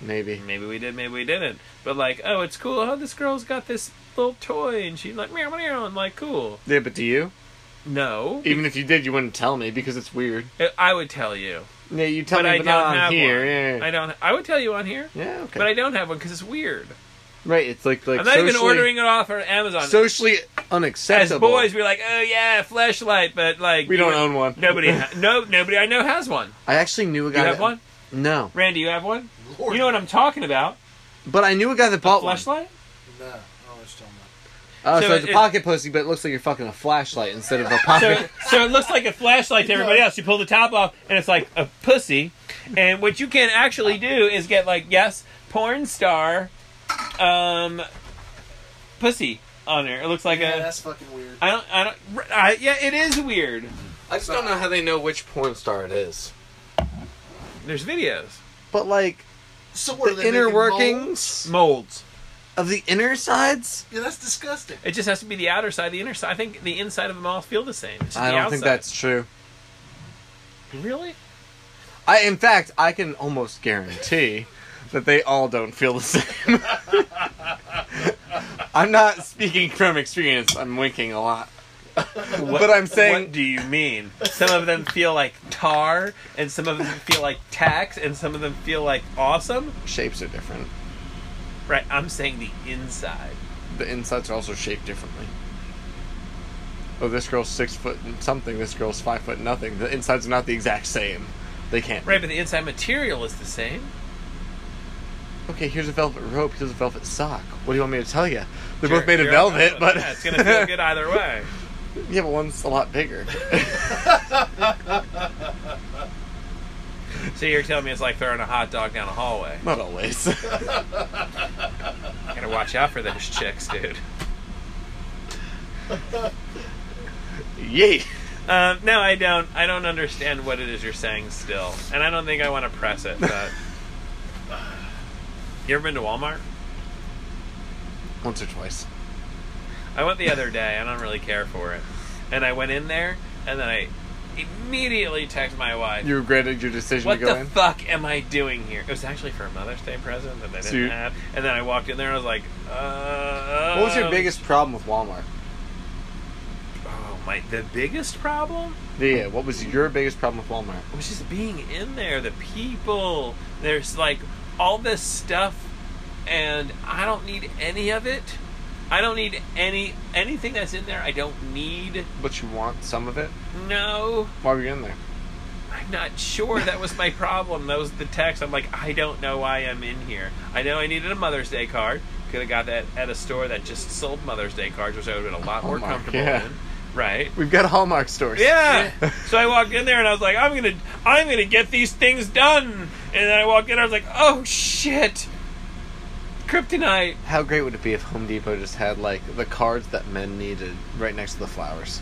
B: Maybe.
A: Maybe we did, maybe we didn't. But like, oh, it's cool. Oh, this girl's got this little toy and she's like meow meow. I'm like, cool.
B: Yeah, but do you?
A: No,
B: Even if you did, you wouldn't tell me because it's weird.
A: I- I would tell you,
B: Yeah, you tell
A: but
B: me,
A: I
B: but
A: don't
B: not
A: have
B: on here.
A: one.
B: Yeah, yeah.
A: I don't. I would tell you on here.
B: Yeah, okay.
A: But I don't have one because it's weird.
B: right, it's like like
A: I'm not
B: socially,
A: even ordering it off on Amazon.
B: socially
A: As
B: unacceptable.
A: boys, we're like, oh yeah, flashlight, but like
B: we don't
A: you-
B: own one. *laughs*
A: Nobody, ha- no, nobody I know has one.
B: I actually knew a
A: You
B: guy.
A: have
B: that,
A: one,
B: No,
A: Randy? You have one?
E: Lord,
A: You know what I'm talking about?
B: but I knew a guy that bought one.
A: Flashlight?
E: No, I don't know what you're talking about.
B: Oh,
A: So
B: so,
A: it-
B: it's a
A: it-
B: pocket pussy, but it looks like you're fucking a flashlight instead of a pocket.
A: So, so it looks like a flashlight to everybody else. You pull the top off, and it's like a pussy. And what you can actually do is get like yes, porn star, um, pussy on there. It looks like
E: Yeah,
A: a.
E: that's fucking weird.
A: I don't. I don't. I, yeah, it is weird.
B: I just don't know how they know which porn star it is.
A: There's videos,
B: But like
E: So what, are
B: the
E: they
B: inner
E: making
B: workings
E: molds?
A: molds.
B: of the inner sides.
E: Yeah, that's disgusting.
A: It just has to be the outer side, the inner side. I think the inside of them all feel the same. It's just
B: I
A: the
B: don't think
A: outside.
B: that's true.
A: really.
B: I, in fact, I can almost guarantee that they all don't feel the *laughs* same. I'm not speaking from experience. I'm winking a lot, but I'm
A: What
B: saying
A: do you mean? Some of them feel like tar, and some of them feel like tax, and some of them feel like awesome.
B: shapes are different.
A: Right, I'm saying the inside.
B: The insides are also shaped differently. Oh, this girl's six foot and something. This girl's five foot nothing. The insides are not the exact same. They can't.
A: Right, but the inside material is the same.
B: Okay, here's a velvet rope. Here's a velvet sock. What do you want me to tell you? They're
A: Sure,
B: both made of
A: you're-
B: velvet,
A: uh,
B: but
A: yeah, it's gonna feel good
B: *laughs*
A: either way.
B: yeah, but one's a lot bigger.
A: So you're telling me it's like throwing a hot dog down a hallway.
B: Not always. *laughs*
A: Gotta watch out for those chicks, dude.
B: Yay!
A: Um, no, I don't. I don't understand what it is you're saying still, and I don't think I want to press it.
B: *laughs*
A: But you ever been to Walmart?
B: Once or twice.
A: I went the other day. I don't really care for it, and I went in there, and then I immediately texted my wife.
B: You regretted your decision
A: what
B: to go
A: the
B: in?
A: fuck am I doing here? It was actually for a Mother's Day present that I didn't
B: So you-
A: have, and then I walked in there and I was like, uh,
B: what was your biggest problem with Walmart?
A: Oh my! The biggest problem
B: Yeah, what was your biggest problem with Walmart?
A: was just being in there. The people. There's like all this stuff, and I don't need any of it. I don't need any anything that's in there. I don't need.
B: But you want some of it?
A: No,
B: Why were you in there?
A: I'm not sure. That was my problem. That was the text. I'm like, I don't know why I'm in here. I know I needed a Mother's Day card. Could have got that at a store that just sold Mother's Day cards, which I would have been a lot more
B: Hallmark,
A: comfortable
B: yeah.
A: in. Right.
B: We've got Hallmark stores.
A: Yeah. so I walked in there and I was like, I'm gonna, I'm gonna get these things done. And then I walked in, I was like, oh shit, kryptonite.
B: How great would it be if Home Depot just had like the cards that men needed right next to the flowers?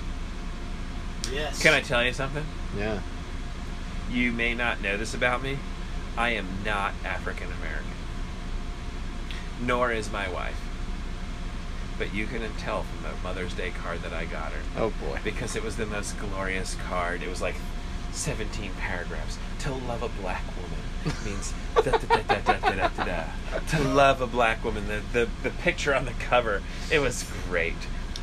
E: Yes.
A: Can I tell you something?
B: Yeah.
A: You may not know this about me. I am not African American. Nor is my wife. But you can tell from the Mother's Day card that I got her.
B: Oh boy.
A: because it was the most glorious card. It was like 17 paragraphs. To love a black woman means da da da da da da da da. da. To love a black woman, the, the the picture on the cover, it was great.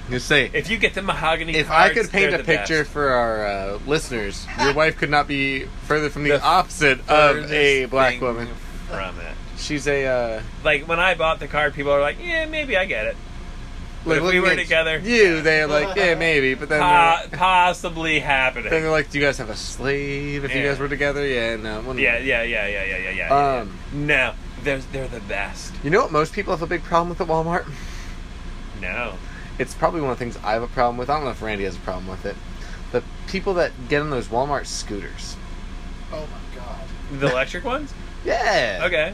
B: You say
A: If you get the mahogany,
B: if I
A: cards,
B: could paint
A: they're the
B: a
A: best.
B: picture for our uh, listeners, your wife could not be further from the,
A: The
B: opposite of
A: Furthest
B: a black
A: thing
B: woman.
A: from it.
B: She's a uh,
A: Like when I bought the card, people are like, "Yeah, maybe I get it.
B: like
A: if we
B: looking
A: were
B: at
A: together-
B: You, they're like, yeah, maybe, but then
A: Po-
B: *laughs* they're,
A: possibly
B: then
A: happening."
B: they're like, do you guys have a slave? If you
A: Yeah.
B: guys were together, yeah, no, wouldn't
A: Yeah,
B: work.
A: yeah, yeah, yeah, yeah, yeah, yeah.
B: Um,
A: no, they're they're the best.
B: you know what? Most people have a big problem with at Walmart. *laughs*
A: No,
B: It's probably one of the things I have a problem with. I don't know if Randy has a problem with it. The people that get on those Walmart scooters.
E: Oh my god.
B: *laughs*
A: the electric ones.
B: Yeah.
A: Okay.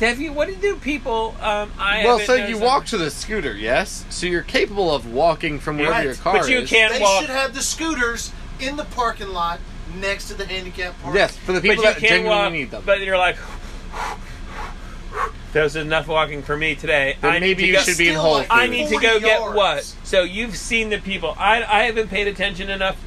A: Have you? What do you do, people? Um, I
B: Well,
A: haven't
B: so you
A: noticed
B: walk to the scooter, yes. So you're capable of walking from wherever
E: Right,
B: your car
A: but you
B: is.
A: can't
E: They
A: walk.
E: should have the scooters in the parking lot next to the handicap park.
B: Yes, for the
A: But
B: people
A: you
B: that
A: can't
B: genuinely
A: walk.
B: need them.
A: But you're like, that was enough walking for me today.
B: Then
A: I need
B: maybe
A: to
B: you
A: go-
B: should be in
E: Still,
B: Whole
E: like,
A: I need to go
E: 40
A: get
E: yards.
A: what? So you've seen the people. I I haven't paid attention enough.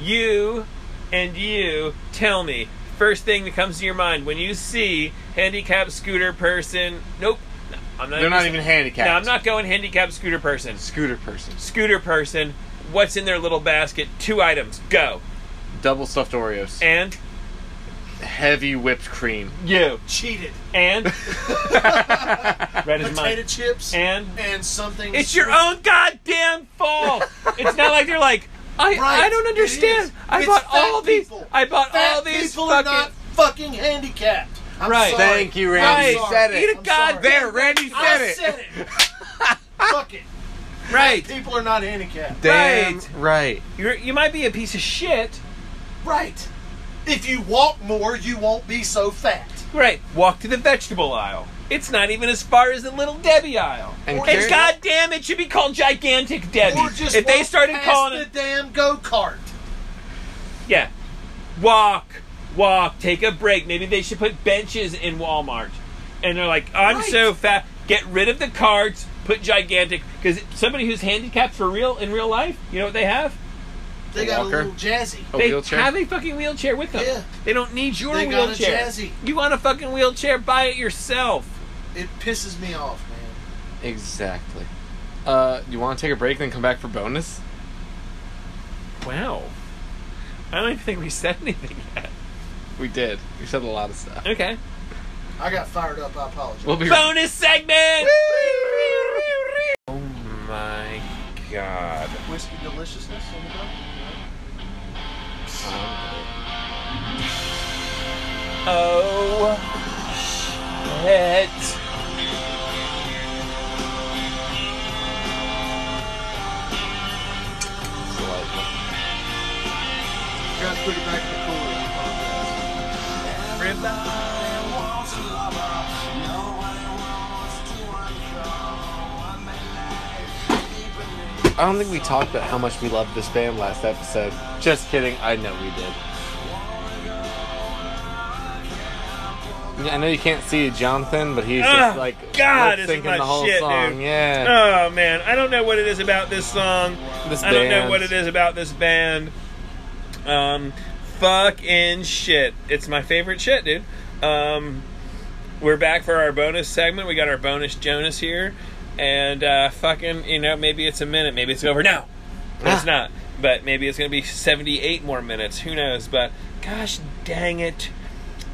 A: You and you tell me first thing that comes to your mind when you see handicapped scooter person. Nope, no, I'm not.
B: They're not even handicapped.
A: No, I'm not going handicapped scooter person.
B: Scooter persons.
A: scooter person. What's in their little basket? Two items. Go.
B: Double stuffed Oreos.
A: And
B: Heavy whipped cream.
A: you.
E: Cheated.
A: And *laughs* red is
E: Potato
A: mine.
E: chips
A: And
E: and something.
A: it's your own goddamn fault. it's not like they're like I. I
E: Right,
A: don't
E: it
A: understand.
E: is.
A: I
E: It's
A: bought
E: fat
A: all these.
E: people.
A: I bought
E: Fat
A: all these
E: people
A: fucking.
E: are not fucking handicapped. I'm
A: Right.
E: sorry.
B: Thank you,
E: I'm
B: Randy.
E: sorry.
B: Said it.
A: Eat a
E: I'm
A: god-
E: sorry.
A: There,
B: Randy said
E: I
B: it.
E: said it.
B: *laughs*
E: Fuck it.
A: right.
E: People are not handicapped.
B: Damn
A: Right.
B: right.
A: You're, you might be a piece of shit.
E: Right. If you walk more, you won't be so fat.
A: Right. Walk to the vegetable aisle. It's not even as far as the little Debbie aisle.
B: And
A: And,
B: carry-
A: goddamn, it should be called gigantic Debbie.
E: Or just
A: if they
E: walk
A: started
E: past
A: calling
E: the
A: it,
E: damn go kart.
A: Yeah. Walk, walk, take a break. Maybe they should put benches in Walmart. And they're like, I'm
E: Right.
A: so fat. Get rid of the carts, put gigantic. Because somebody who's handicapped for real, in real life, you know what they have?
E: They got
B: Walker.
E: a little jazzy.
B: A
A: they
B: wheelchair.
A: have a fucking wheelchair with them.
E: Yeah.
A: They don't need your
E: They got a
A: wheelchair.
E: Jazzy.
A: You want a fucking wheelchair? Buy it yourself.
E: It pisses me off, man.
B: exactly. Uh, you want to take a break, then come back for bonus?
A: Wow. I don't even think we said anything yet.
B: We did. We said a lot of stuff.
A: Okay.
E: I got fired up. I apologize.
B: We'll be
A: Bonus segment! oh my god.
E: Whiskey deliciousness on the go.
A: Oh shit.
E: Got to put it back in the cooler. I apologize.
B: I don't think we talked about how much we loved this band last episode. Just kidding. I know we did. Yeah, I know you can't see Jonathan, but he's just
A: Ugh,
B: like
A: God, this is
B: thinking
A: my
B: the whole
A: shit,
B: song.
A: dude.
B: Yeah,
A: Oh man, I don't know what it is about this song.
B: This
A: I don't know
B: band.
A: what it is about this band. Um, fucking shit. It's my favorite shit, dude. Um, we're back for our bonus segment. We got our bonus Jonas here, and uh, fucking, you know, maybe it's a minute, maybe it's over now.
B: Ah.
A: It's not, but maybe it's gonna be seventy-eight more minutes. Who knows? But gosh, dang it.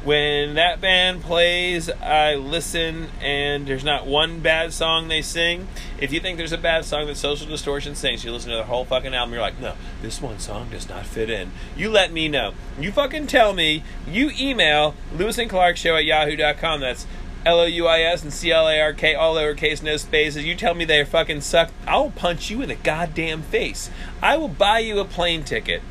A: When that band plays, I listen, and there's not one bad song they sing. If you think there's a bad song that Social Distortion sings, you listen to the whole fucking album, you're like, no, this one song does not fit in. You let me know. You fucking tell me. You email Lewis and Clark Show at yahoo.com. That's L O U I S and C L A R K, all lowercase, no spaces. You tell me they fucking suck, I'll punch you in the goddamn face. I will buy you a plane ticket.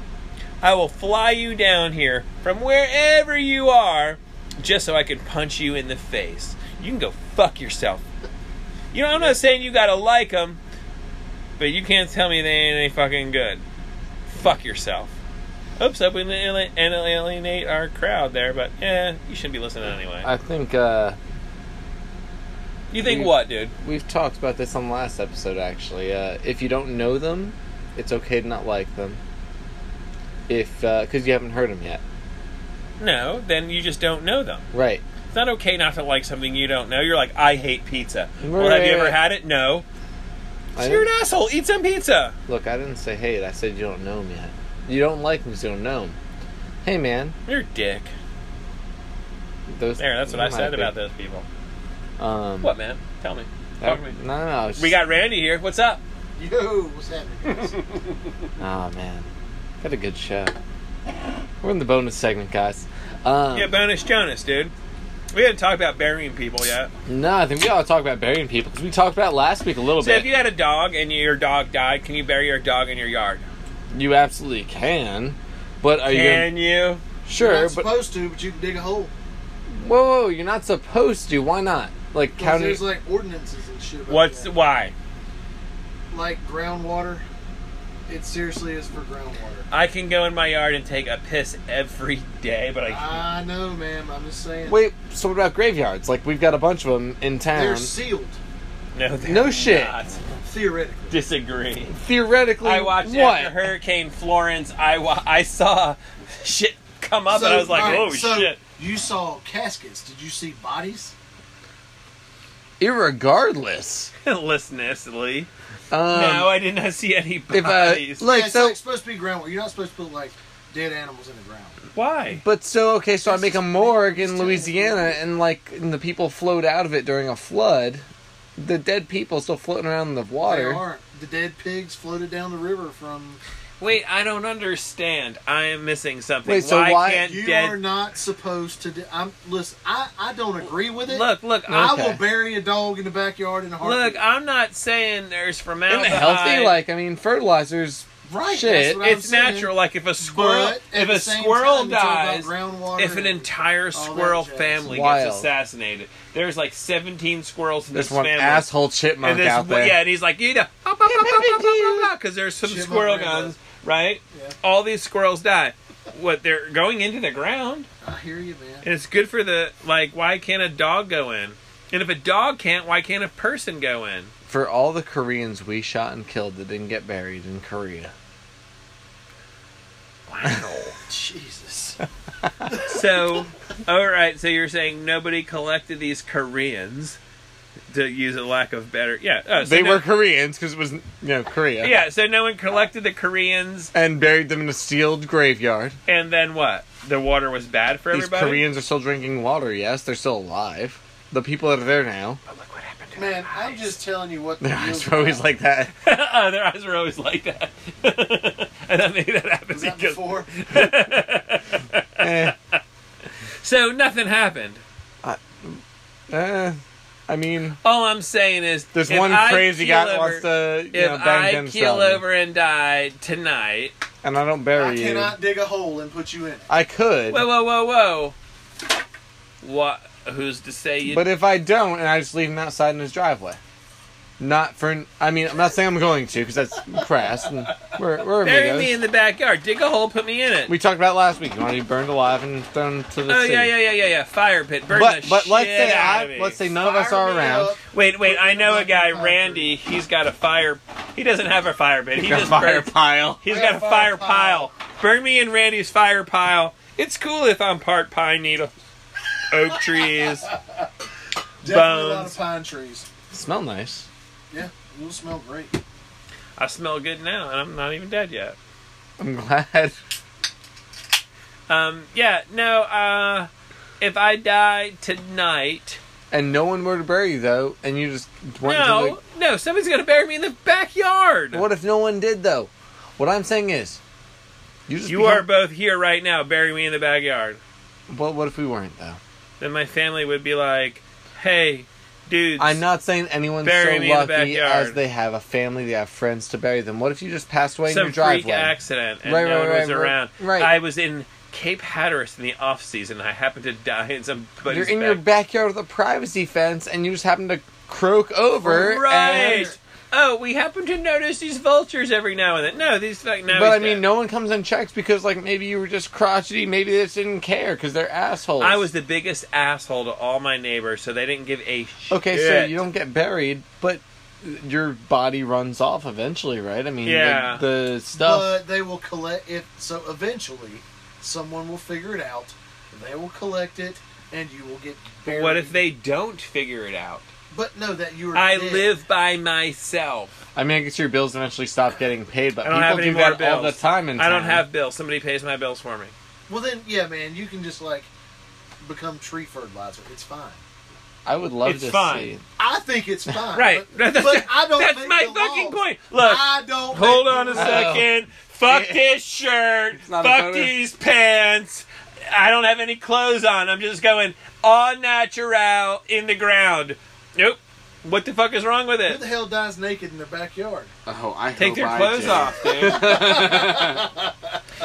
A: I will fly you down here from wherever you are just so I can punch you in the face. You can go fuck yourself. You know, I'm not saying you gotta like them, but you can't tell me they ain't any fucking good. Fuck yourself. Oops, I wouldn't ali- and alienate our crowd there, but yeah, you shouldn't be listening anyway.
B: I think uh,
A: you think what, dude?
B: we've talked about this on the last episode. Actually, uh, if you don't know them, it's okay to not like them. If because you haven't heard them yet,
A: No, then you just don't know them.
B: right?
A: It's not okay not to like something you don't know. You're like, I hate pizza. Well, have you ever
B: Right.
A: had it? No. So
B: I
A: you're an asshole. Eat some pizza.
B: Look, I didn't say hate. I said you don't know him yet. You don't like him because you don't know him. Hey, man.
A: You're a dick.
B: Those,
A: There, that's what I
B: might
A: said
B: be.
A: about those people.
B: Um,
A: What, man? Tell me.
B: that-
A: Talk to me.
B: No, no, no. I was
A: We
B: just-
A: got Randy here. What's up?
E: Yo, what's happening? guys?
B: Oh, man. Got a good show. We're in the bonus segment, guys. Um,
A: Yeah, bonus Jonas, dude. We haven't talked about burying people yet.
B: No, I think we ought to talk about burying people because we talked about it last week a little
A: So,
B: bit.
A: if you had a dog and your dog died, can you bury your dog in your yard?
B: You absolutely can. But are you
A: Can you?
B: gonna-
E: You're
B: *laughs* sure?
E: not
B: But
E: supposed to, but you can dig a hole.
B: whoa, whoa, you're not supposed to. Why not? Like
E: 'Cause
B: county.
E: There's like ordinances and shit. About
A: What's
E: that.
A: why?
E: like groundwater? It seriously is for groundwater.
A: I can go in my yard and take a piss every day, but I
E: I know, ma'am. I'm just saying.
B: Wait, so what about graveyards? Like we've got a bunch of them in
E: they're
B: town.
E: sealed
A: no, they're
B: No shit.
A: not.
E: theoretically.
A: Disagree.
B: Theoretically,
A: I watched
B: what?
A: after Hurricane Florence. I wa- I saw *laughs* shit come up, and I was like,
E: all right,
A: oh
E: so
A: shit. *laughs*
E: You saw caskets. Did you see bodies?
B: Irregardless.
A: Listenesly.
B: Um,
A: no, I did not see any
B: if
E: uh,
B: I-
A: bodies.
B: look- Like,
E: yeah, it's
B: so-
E: like supposed to be groundwater. You're not supposed to put like dead animals in the ground.
A: Why?
B: But so okay, so I make a morgue in Louisiana, and like and the people float out of it during a flood. The dead people still floating around in the
E: They
B: water.
E: aren't. The dead pigs floated down the river from.
A: Wait, I don't understand. I am missing something.
B: Wait, so why-
A: can't
E: You
A: dead?
E: are not supposed to. Do, I'm listen. I I don't agree with it.
A: Look, look,
E: I
A: I'm,
E: will bury a dog in the backyard in a heartbeat.
A: look. I'm not saying there's
B: Isn't
A: formaldehyde.
B: it healthy? Like I mean, fertilizers.
E: right.
B: shit,
E: that's what I'm
A: it's
E: saying.
A: natural. Like if a squirrel,
E: But at
A: if
E: the
A: a
E: same
A: squirrel
E: time, it's all about
A: dies,
E: groundwater
A: if an
E: and-
A: entire
E: all that
A: squirrel
E: jazz.
A: family
B: Wild.
A: gets assassinated, there's like 17 squirrels in
B: There's
A: this
B: one
A: family.
B: asshole
A: and
B: chipmunk
A: this,
B: out there.
A: yeah, and he's like, you know, *laughs* because there's some
E: Chipmunk
A: squirrel
E: grandpa.
A: guns, right?
E: Yeah.
A: All these squirrels die. What they're going into the ground.
E: I hear you, man.
A: *laughs* And it's good for the like. Why can't a dog go in? And if a dog can't, why can't a person go in?
B: For all the Koreans we shot and killed that didn't get buried in Korea.
A: Wow.
E: Jesus.
A: so, all right. So you're saying nobody collected these Koreans to use a lack of better. Yeah. Oh, so
B: They
A: no-
B: were Koreans because it was you know Korea.
A: *laughs* Yeah. So no one collected the Koreans,
B: And buried them in a sealed graveyard.
A: and then what? The water was bad for
B: These
A: everybody.
B: Koreans are still drinking water. Yes, they're still alive. The people that are there now, *laughs*
A: But Oh, look what happened to
E: Man, I'm just telling you what the
B: their
E: deal's
B: eyes are always
E: about.
B: like that.
A: *laughs* them. oh, their eyes were always like that. *laughs* and I made that happen.
E: Was that
A: because-
E: before?
B: Eh,
A: so nothing happened.
B: eh, I mean,
A: All I'm saying is
B: There's
A: if
B: one
A: I
B: crazy
A: keel
B: guy
A: over-
B: that wants to you
A: if
B: know,
A: I
B: bang
A: keel
B: himself,
A: over and die tonight,
B: and I don't
E: I
B: bury you.
E: cannot dig a hole and put you in it.
B: I could,
A: whoa, whoa, whoa, whoa, what? Who's to say you?
B: but if I don't, and I just leave him outside in his driveway, Not for. I mean, I'm not saying I'm going to because that's crass. And we're we're
A: Bury
B: amigos.
A: me in the backyard. Dig a hole. Put me in it.
B: We talked about it last week. You want to be burned alive and thrown to the
A: oh
B: sea.
A: yeah, yeah, yeah, yeah, yeah. Fire pit. Burn
B: But
A: the
B: but let's
A: shit
B: say
A: out of
B: I
A: me.
B: let's say none of us
E: Fire
B: are
E: me
B: around.
E: up.
A: Wait, wait. I know a guy,
E: Fire.
A: Randy. He's got a fire. He doesn't have a fire pit. He
F: Got
A: just
F: fire
A: burns.
F: pile.
A: He's
E: I
A: got
E: got
A: a
E: a
A: fire
E: fire
A: pile. Burn me in Randy's fire pile. It's cool if I'm part pine needle, oak trees.
E: Definitely a lot
A: Bones.
E: of pine trees.
B: Smell nice.
E: Yeah, it'll smell great.
A: I smell good now, and I'm not even dead yet.
B: I'm glad.
A: Um, yeah, no. Uh, if I die tonight,
B: And no one were to bury you though, and you just went
A: no,
B: to
A: no, somebody's gonna bury me in the backyard.
B: the. What if no one did though? What I'm saying is, you just
A: You
B: become-
A: are both here right now. Bury me in the backyard.
B: Well, what if we weren't though?
A: Then my family would be like, "Hey, dudes,
B: I'm not saying anyone's
A: Bury
B: so
A: me in the
B: lucky
A: backyard.
B: as they have a family, they have friends to bury them. What if you just passed away in
A: some
B: your
A: freak
B: driveway?
A: accident and
B: Right,
A: no
B: right,
A: one
B: right,
A: was
B: right,
A: around."
B: right.
A: I was in Cape Hatteras in the off season. I happened to die in some.
B: You're in your backyard with a privacy fence, and you just happen to croak over.
A: right.
B: and-
A: Oh, we happen to notice these vultures every now and then. No, these like now.
B: but I
A: he's
B: mean,
A: dead.
B: no one comes and checks because, like, maybe you were just crotchety. Maybe they just didn't care because they're assholes.
A: I was the biggest asshole to all my neighbors, so they didn't give a shit.
B: okay, so you don't get buried, but your body runs off eventually, right? I mean, the-
A: Yeah.
B: the, stuff.
E: But they will collect it. So eventually, someone will figure it out. They will collect it, and you will get buried.
A: What if they don't figure it out?
E: But no, that you are.
A: I
E: dead.
A: live by myself.
B: I mean, I guess your bills eventually stop getting paid, but
A: I don't have
B: people
A: any
B: do
A: more
B: that all the
A: bills.
B: time. In
A: I don't
B: town.
A: have bills. Somebody pays my bills for me.
E: Well, then, yeah, man, you can just like become tree fertilizer. It's fine.
B: I would love
A: It's
B: to
A: fine.
B: see.
E: I think it's fine.
A: Right.
E: But,
A: that's
E: but I don't.
A: that's
E: make
A: my
E: the
A: fucking
E: laws.
A: point. Look,
E: I don't.
A: hold
E: make
A: on a
E: the laws.
A: second. Fuck this shirt.
B: not a
A: Fuck
B: bonus.
A: these pants. I don't have any clothes on. I'm just going all natural in the ground. Nope. What the fuck is wrong with
E: Who
A: it?
E: the hell dies naked in their backyard?
F: Oh, I
A: Take
F: hope
A: their
F: I
A: clothes
F: did.
A: off, dude.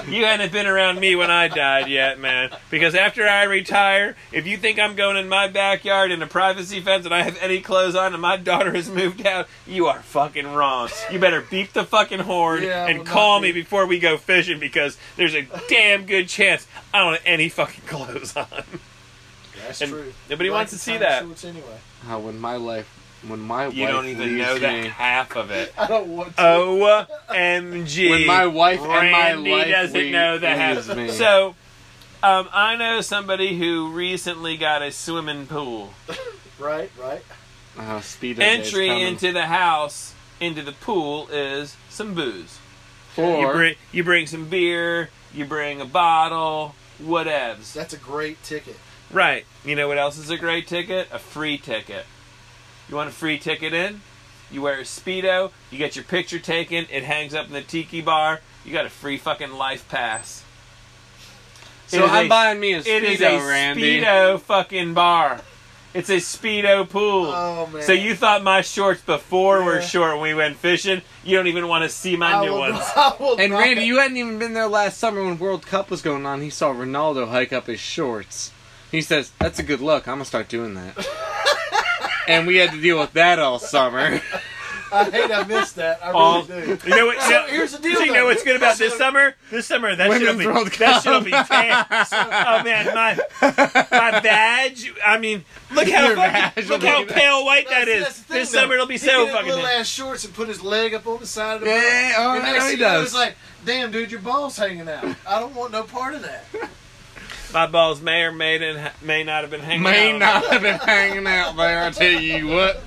A: you hadn't been around me when I died yet, man. Because after I retire, if you think I'm going in my backyard in a privacy fence and I have any clothes on and my daughter has moved out, you are fucking wrong. You better beep the fucking horn
E: Yeah,
A: and
E: well,
A: call
E: not
A: me
E: me.
A: before we go fishing because there's a damn good chance I don't have any fucking clothes on.
E: That's
A: And
E: true.
A: nobody wants to
E: Blankets,
A: see
E: time
A: that.
E: shorts Anyway,
F: How when my life, when my
A: You
F: wife
A: don't even
F: leaves
A: know
F: me,
A: that half of it.
E: I don't want to.
A: Uh, OMG.
F: when my wife and
A: Randy
F: my life
A: doesn't
F: leave-
A: know that
F: leaves me.
A: happened. So, um, I know somebody who recently got a swimming pool.
E: Right. Right.
F: oh, speed
A: Entry into the house, into the pool, is some booze. you,
F: or
A: bring, you bring some beer, you bring a bottle, whatevs.
E: That's a great ticket.
A: Right. You know what else is a great ticket? A free ticket. You want a free ticket in? You wear a Speedo, you get your picture taken, it hangs up in the tiki bar, you got a free fucking life pass. It
F: so
A: is
F: I'm
A: a-
F: buying me a speedo,
A: It is a
F: Randy.
A: speedo fucking bar. It's a speedo pool.
E: Oh man.
A: so you thought my shorts before were
E: Yeah.
A: short when we went fishing? You don't even want to see my
E: I
A: new
E: will
A: ones.
E: not- *laughs* I will
B: And
E: not-
B: Randy, you hadn't even been there last summer when World Cup was going on. He saw Ronaldo hike up his shorts. He says, "That's a good look. I'm gonna start
A: *laughs*
B: doing that." and we had to deal with that
A: *laughs*
B: all summer.
E: I hate I missed that. I really
A: All-
E: do.
A: You
E: *laughs*
A: know what? you know-
E: here's the deal,
A: so you know
E: though.
A: what's good about this summer? This summer that shit'll
B: Women's
A: be
B: World
A: that shit'll be tan. oh man, my
B: *laughs*
A: my badge. I mean, look how
B: Your
A: fucking,
B: badge
A: look
B: will
A: how
B: be-
A: pale white
E: That's-
A: that is.
E: that's the thing,
A: this
E: though.
A: summer it'll be
E: He
A: so
E: get
A: fucking.
E: little
A: tan.
E: ass shorts and put his leg up on the side of the
B: Yeah,
E: boat.
B: yeah, oh,
E: And
B: I
E: next
B: know he
E: thing you know,
B: does.
E: It's like, damn, dude, your balls hanging out. I don't want no part
A: *laughs*
E: of that.
A: My balls may or may, didn't, may not have been hanging.
B: May
A: out.
B: not have been hanging out there. I tell you what,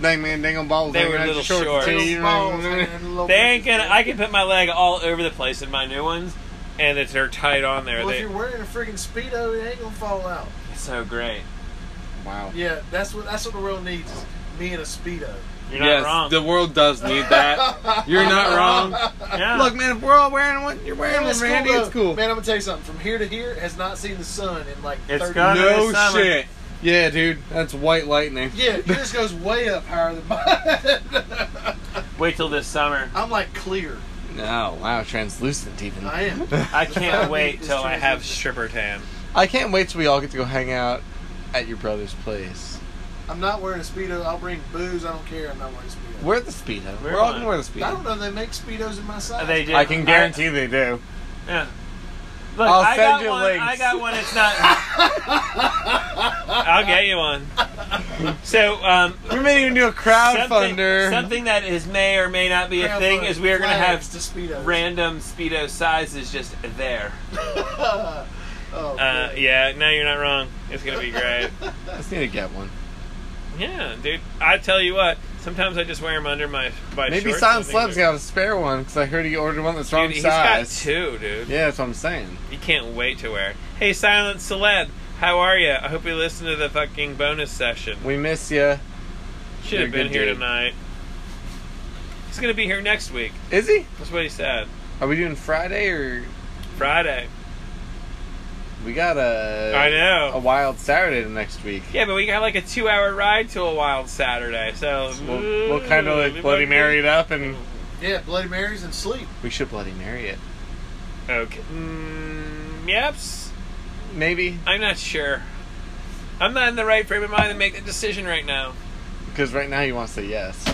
B: dang man, dang on balls.
A: They
B: dang
A: were
B: on
A: little
B: shorts,
A: shorts.
B: too.
E: Little balls hanging out, little-
A: They ain't gonna. I can put my leg all over the place in my new ones, and it's they're tight on there.
E: Well, if
A: they,
E: you're wearing a freaking speedo, it ain't gonna fall out.
A: it's so great.
B: Wow.
E: Yeah, that's what that's what the world needs. Is me and a speedo.
A: You're not
F: Yes,
A: wrong.
F: the world does need that. You're not wrong.
A: Yeah.
B: Look, man, if we're all wearing one, you're wearing
E: Man,
B: one, Randy.
E: though.
B: It's cool.
E: Man, I'm gonna tell you something. From here to here, has not seen the sun in like
A: It's
E: 30
A: gone.
B: *laughs* No
A: this summer.
B: shit. Yeah, dude, that's white lightning.
E: Yeah, yours goes way up higher than mine. *laughs*
A: wait till this summer.
E: I'm like clear.
B: No, Oh, wow, translucent even.
E: I am.
B: *laughs*
A: I can't wait
E: It's
A: till I have
E: translucent.
A: stripper tan.
B: I can't wait till we all get to go hang out at your brother's place.
E: I'm not wearing a speedo. I'll bring booze. I don't care. I'm not wearing a speedo.
B: Wear the speedo.
A: Wear
B: We're all
A: mine.
B: gonna wear the
E: I
B: speedo.
E: don't know. They make speedos in my size.
A: They do.
F: I can guarantee they do.
A: I- yeah. Look,
F: I'll
A: I
F: send
A: got
F: you
A: one.
F: links.
A: I got one. It's not. I'll get you one. So, um,
F: We may even do a crowdfunder.
A: something, something that is may or may not be a
E: Grandpa
A: thing is we are going to have
E: flags to speedos.
A: random speedo sizes just there.
E: *laughs* Oh,
A: Uh,
E: man.
A: yeah, no, you're not wrong. It's gonna be
B: *laughs*
A: great.
B: I just need to get one.
A: yeah, dude. I tell you what. Sometimes I just wear them under my my
B: Maybe
A: shorts.
B: Silent
A: I think
B: Slab's
A: they're-
B: got a spare one because I heard he ordered one that's wrong
A: Dude, he's got
B: size.
A: two, dude.
B: yeah, that's what I'm saying.
A: You can't wait to wear. it. Hey, Silent Celeb, how are you? I hope you listened to the fucking bonus session.
B: We miss you.
A: Should
B: You're a
A: have been
B: good
A: here
B: dude.
A: tonight. He's gonna be here next week.
B: Is he?
A: That's what he said.
B: Are we doing Friday or
A: Friday.
B: we got a?
A: I
B: A
A: know.
B: wild Saturday next week.
A: Yeah, but we got like a two-hour ride to a wild Saturday, so
B: We'll, we'll kind of like
A: Ooh, Mm, we
B: Bloody
A: might
B: Mary it up, and
E: yeah, Bloody Marys and sleep.
B: we should Bloody Mary it.
A: be- Okay. Mm, yeps.
B: Maybe
A: I'm not sure. I'm not in the right frame of mind to make that decision right now.
B: because right now you want to say yes.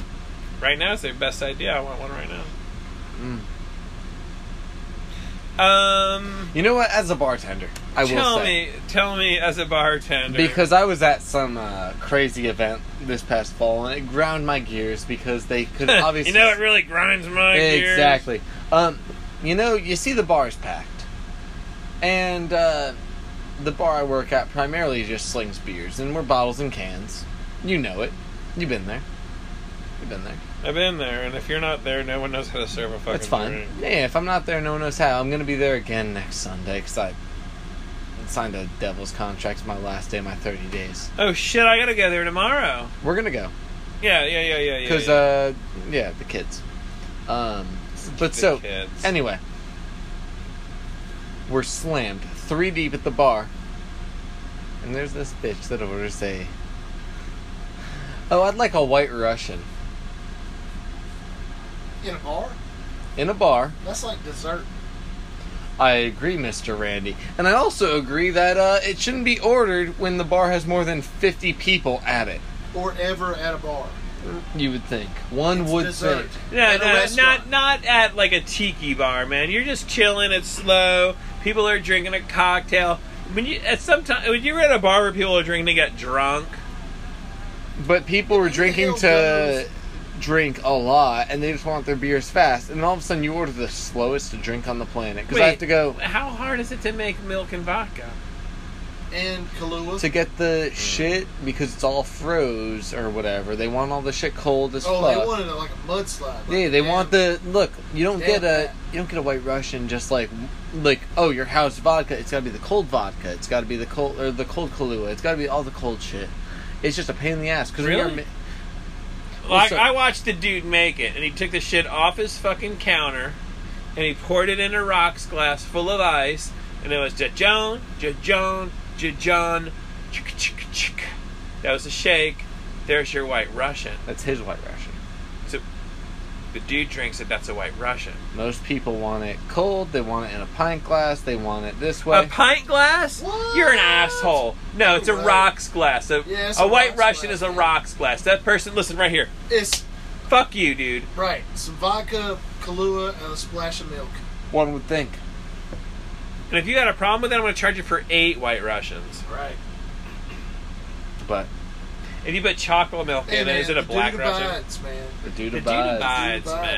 A: Right now is their best idea. I want one right now.
B: Mm.
A: Um,
B: You know what? As a bartender, I will
A: tell
B: say
A: me, tell me as a bartender. *laughs*
B: because I was at some uh, crazy event this past fall, and it ground my gears because they could
A: *laughs*
B: obviously
A: you know it really grinds my gears.
B: exactly. Um, you know, you see the bars packed, and uh, the bar I work at primarily just slings beers, and we're bottles and cans. You know it. You've been there. You've been there.
A: I've been there, and if you're not there, no one knows how to serve a fucking
B: That's fine.
A: drink.
B: Yeah, if I'm not there, no one knows how. I'm gonna be there again next Sunday because I signed a devil's contract. It's my last day, my 30 days.
A: Oh shit! I gotta go there tomorrow.
B: We're gonna go
A: Yeah, yeah, yeah, yeah, yeah.
B: because
A: yeah.
B: uh, yeah, the kids. Um, but
A: The
B: so
A: kids.
B: anyway, we're slammed three deep at the bar, and there's this bitch that orders a. Oh, I'd like a white Russian
E: In a bar?
B: in a bar.
E: That's like dessert.
B: I agree, Mr. Randy. And I also agree that uh, it shouldn't be ordered when the bar has more than 50 people at it.
E: Or ever at a bar.
B: You would think. One
E: It's
B: would
E: dessert.
B: think.
A: No,
E: At a
A: no, not
E: restaurant.
A: not at like a tiki bar, man. You're just chilling. It's slow. People are drinking a cocktail. When you at some time, when you're at a bar where people are drinking to get drunk,
B: But people were
E: the
B: drinking
E: hell
B: to
E: goes?
B: drink a lot, and they just want their beers fast. And all of a sudden, you order the slowest drink on the planet. Because I have
A: Wait.
B: to go
A: how hard is it to make milk and vodka?
E: And Kahlua.
B: to get the shit because it's all froze or whatever. They want all the shit cold as
E: oh,
B: fuck.
E: they wanted it like a mudslide.
B: Yeah, they want the look. You don't
E: Damn
B: get a
E: that.
B: you don't get a white Russian just like like oh your house vodka. It's got to be the cold vodka. It's got to be the cold or the cold Kahlua. It's got to be all the cold shit. It's just a pain in the ass because
A: Really? Like
B: so-
A: I watched the dude make it, and he took the shit off his fucking counter, and he poured it in a rocks glass full of ice, and it was jajon, jajon, jajon, chicka chicka chicka. That was a shake. There's your white Russian.
B: that's his white Russian.
A: The dude drinks it. That's a white Russian.
B: Most people want it cold. They want it in a pint glass. They want it this
A: A
B: way.
A: pint glass?
E: What?
A: You're an asshole. No, it's a
E: Right.
A: rocks glass. A,
E: Yeah, it's
A: a
E: a
A: white
E: rocks
A: Russian
E: glass,
A: is a
E: yeah.
A: rocks glass. That person, listen right here.
E: It's
A: Fuck you, dude.
E: right. Some vodka, Kahlua, and a splash of milk.
B: One would think.
A: And if you got a problem with that, I'm going to charge you for eight white Russians.
E: Right.
B: But
A: If you put chocolate milk in it, is it a black Russian?
E: Vines, man.
B: the dude
A: The dude
B: abides.
A: abides,
E: The dude abides,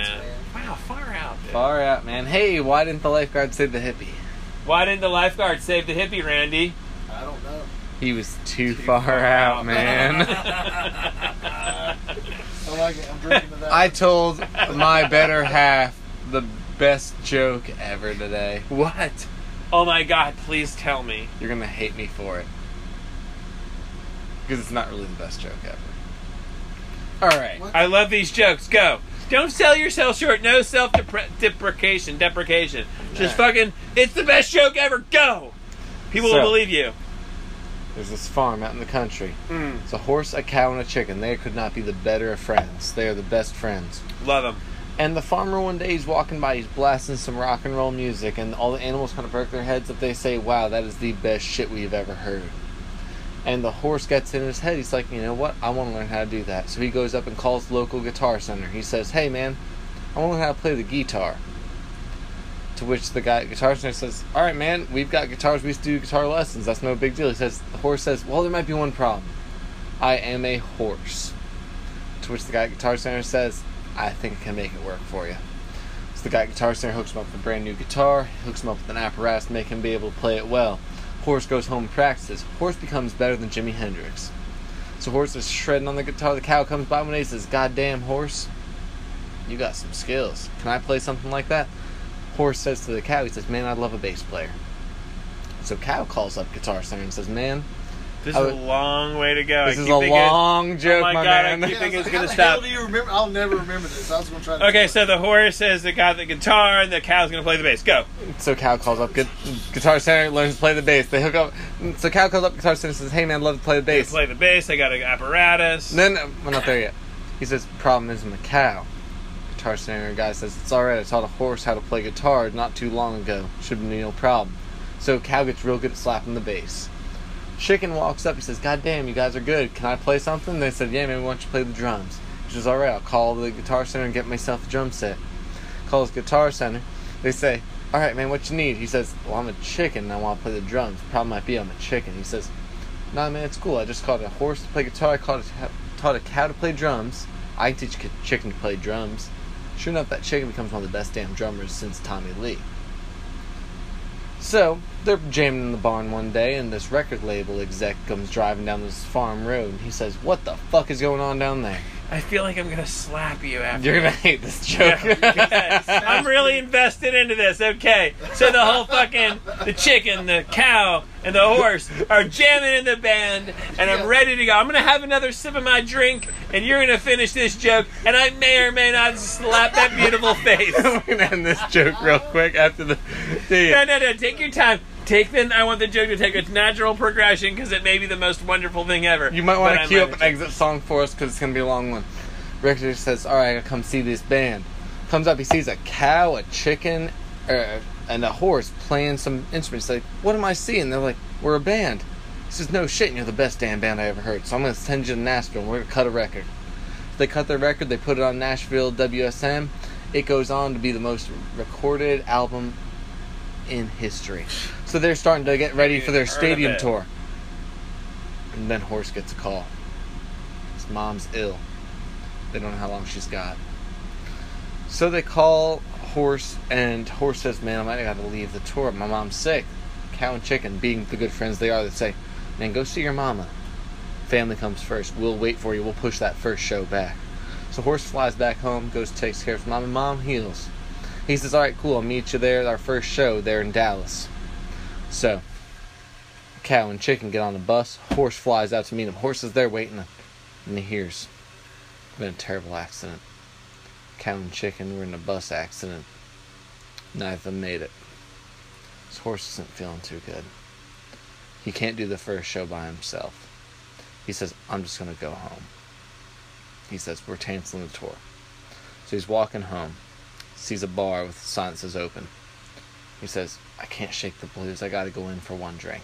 A: man. Wow, far out. Dude.
B: Far out, man. Hey, why didn't the lifeguard save the hippie?
A: Why didn't the lifeguard save the hippie, Randy?
E: I don't know.
B: He was too, far, out,
E: *laughs*
B: man.
E: I like it. I'm
B: *laughs*
E: drinking to
B: *laughs*
E: that.
B: I told my better half the best joke ever today. What?
A: *laughs* oh my god, please tell me.
B: You're gonna hate me for it. Because it's not really the best joke ever. Alright.
E: What?
A: I love these jokes. Go. Don't sell yourself short. No self depre- deprecation. Deprecation. Just fucking. It's the best joke ever. Go. People
B: So-
A: will believe you.
B: There's this farm out in the country.
A: Mm.
B: It's a horse, a cow, and a chicken. They could not be the better of friends. They are the best friends.
A: Love them.
B: And the farmer one day he's walking by, he's blasting some rock and roll music, and all the animals kind of perk their heads up. They say, "Wow, that is the best shit we've ever heard." And the horse gets in his head. He's like, you know what? I want to learn how to do that. So he goes up and calls the local guitar center. He says, hey man, I want to learn how to play the guitar. To which the guy at guitar center says, all right man, we've got guitars. We used to do guitar lessons. That's no big deal. He says, the horse says, well, there might be one problem. I am a horse. To which the guy at Guitar Center says, I think I can make it work for you. So the guy at Guitar Center hooks him up with a brand new guitar, hooks him up with an apparatus to make him be able to play it well. Horse goes home and practices. Horse becomes better than Jimi Hendrix. So Horse is shredding on the guitar. The cow comes by one day and says, God damn, Horse, you got some skills. Can I play something like that? Horse says to the cow, he says, Man, I'd love a bass player. So Cow calls up Guitar Center and says, Man,
A: This
B: I
A: is
B: would-
A: a long way to go. I
B: this is
A: keep
B: a
A: thinking-
B: long joke,
A: Oh my
B: my,
A: God, I keep-
B: man.
A: You
E: I
A: think it's
E: was like,
A: gonna
E: how the hell
A: stop?
E: do you remember? I'll never remember this. I was gonna try. To do
A: Okay,
E: it.
A: so the horse is the guy with the guitar, and the cow's gonna play the bass. Go.
B: So Cal calls up gu- Guitar Center, learns to play the bass. They hook up. So Cal calls up Guitar Center and says, Hey man, I'd love to play the
A: They
B: bass.
A: play the bass. They got an apparatus.
B: Then, uh, we're not there yet. He says, Problem is, I'm a cow. Guitar Center guy says, It's alright, I taught a horse how to play guitar not too long ago. Should be no problem. So Cow gets real good at slapping the bass. Chicken walks up, he says, God damn, you guys are good. Can I play something? They said, Yeah, man, why don't you play the drums? He says, Alright, I'll call the Guitar Center and get myself a drum set. Calls Guitar Center. They say, Alright, man, what you need? He says, Well, I'm a chicken and I want to play the drums. Problem might be, I'm a chicken. He says, Nah, man, it's cool. I just caught a horse to play guitar. I caught a, taught a cow to play drums. I can teach a chicken to play drums. Sure enough, that chicken becomes one of the best damn drummers since Tommy Lee. So, they're jamming in the barn one day, and this record label exec comes driving down this farm road, and he says, What the fuck is going on down there?
A: I feel like I'm gonna slap you after.
B: You're gonna hate this joke.
A: Okay, *laughs* I'm really invested into this. Okay, so the whole fucking the chicken, the cow, and the horse are jamming in the band, and I'm ready to go. I'm gonna have another sip of my drink, and you're gonna finish this joke, and I may or may not slap that beautiful
B: *laughs*
A: face.
B: *laughs* We're gonna end this joke real quick after the. the
A: No, no, no. Take your time. Take then. I want the joke to take its natural progression because it may be the most wonderful thing ever.
B: You might want
A: But
B: to
A: I
B: cue up
A: might-
B: an exit song for us because it's gonna be a long one. Richter says, "All right, I gotta come see this band." Comes up, he sees a cow, a chicken, uh, and a horse playing some instruments. He's like, what am I seeing? They're like, "We're a band." He says, "No shit, and you're the best damn band I ever heard." So I'm gonna send you to Nashville. and We're gonna cut a record. They cut their record. They put it on Nashville WSM. It goes on to be the most recorded album in history. So they're starting to get ready for their
A: Heard of
B: stadium
A: it.
B: tour. And then Horse gets a call. His mom's ill. They don't know how long she's got. So they call Horse, and Horse says, Man, I might have got to leave the tour. My mom's sick. Cow and Chicken, being the good friends they are, they say, Man, go see your mama. Family comes first. We'll wait for you. We'll push that first show back. So Horse flies back home, goes, takes care of his mom, and mom heals. He says, All right, cool. I'll meet you there at our first show there in Dallas. So, cow and chicken get on the bus. Horse flies out to meet him. Horse is there waiting, and he hears, "Been a terrible accident. Cow and chicken were in a bus accident. Neither of them made it. His horse isn't feeling too good. He can't do the first show by himself. He says, "I'm just gonna go home." He says, "We're canceling the tour." So he's walking home, sees a bar with a sign that says "Open." He says, I can't shake the blues. I gotta go in for one drink.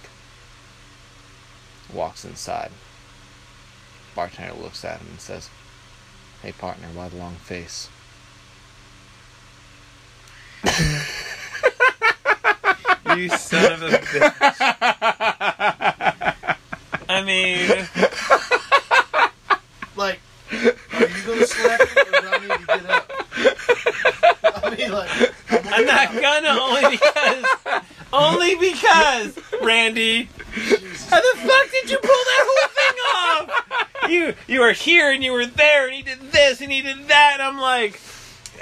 B: Walks inside. Bartender looks at him and says, Hey, partner, why the long face?
A: You son of a bitch. I mean,
E: like, are you gonna slap me or do I need to get up? *laughs* I mean, like, I'm
A: I'm not gonna only because, only because, Randy. How the fuck did you pull that whole thing off? You you were here and you were there and he did this and he did that. And I'm like,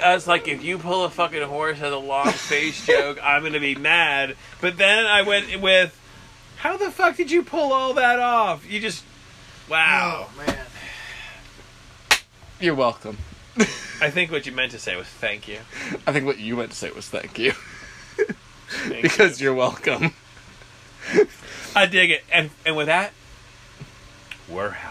A: I was like, if you pull a fucking horse as a long face joke, I'm gonna be mad. But then I went with, how the fuck did you pull all that off? You just, wow.
E: Oh man.
B: You're welcome.
A: I think what you meant to say was thank you.
B: I think what you meant to say was thank you.
A: Thank
B: because you're welcome.
A: I dig it. And and with that, we're out.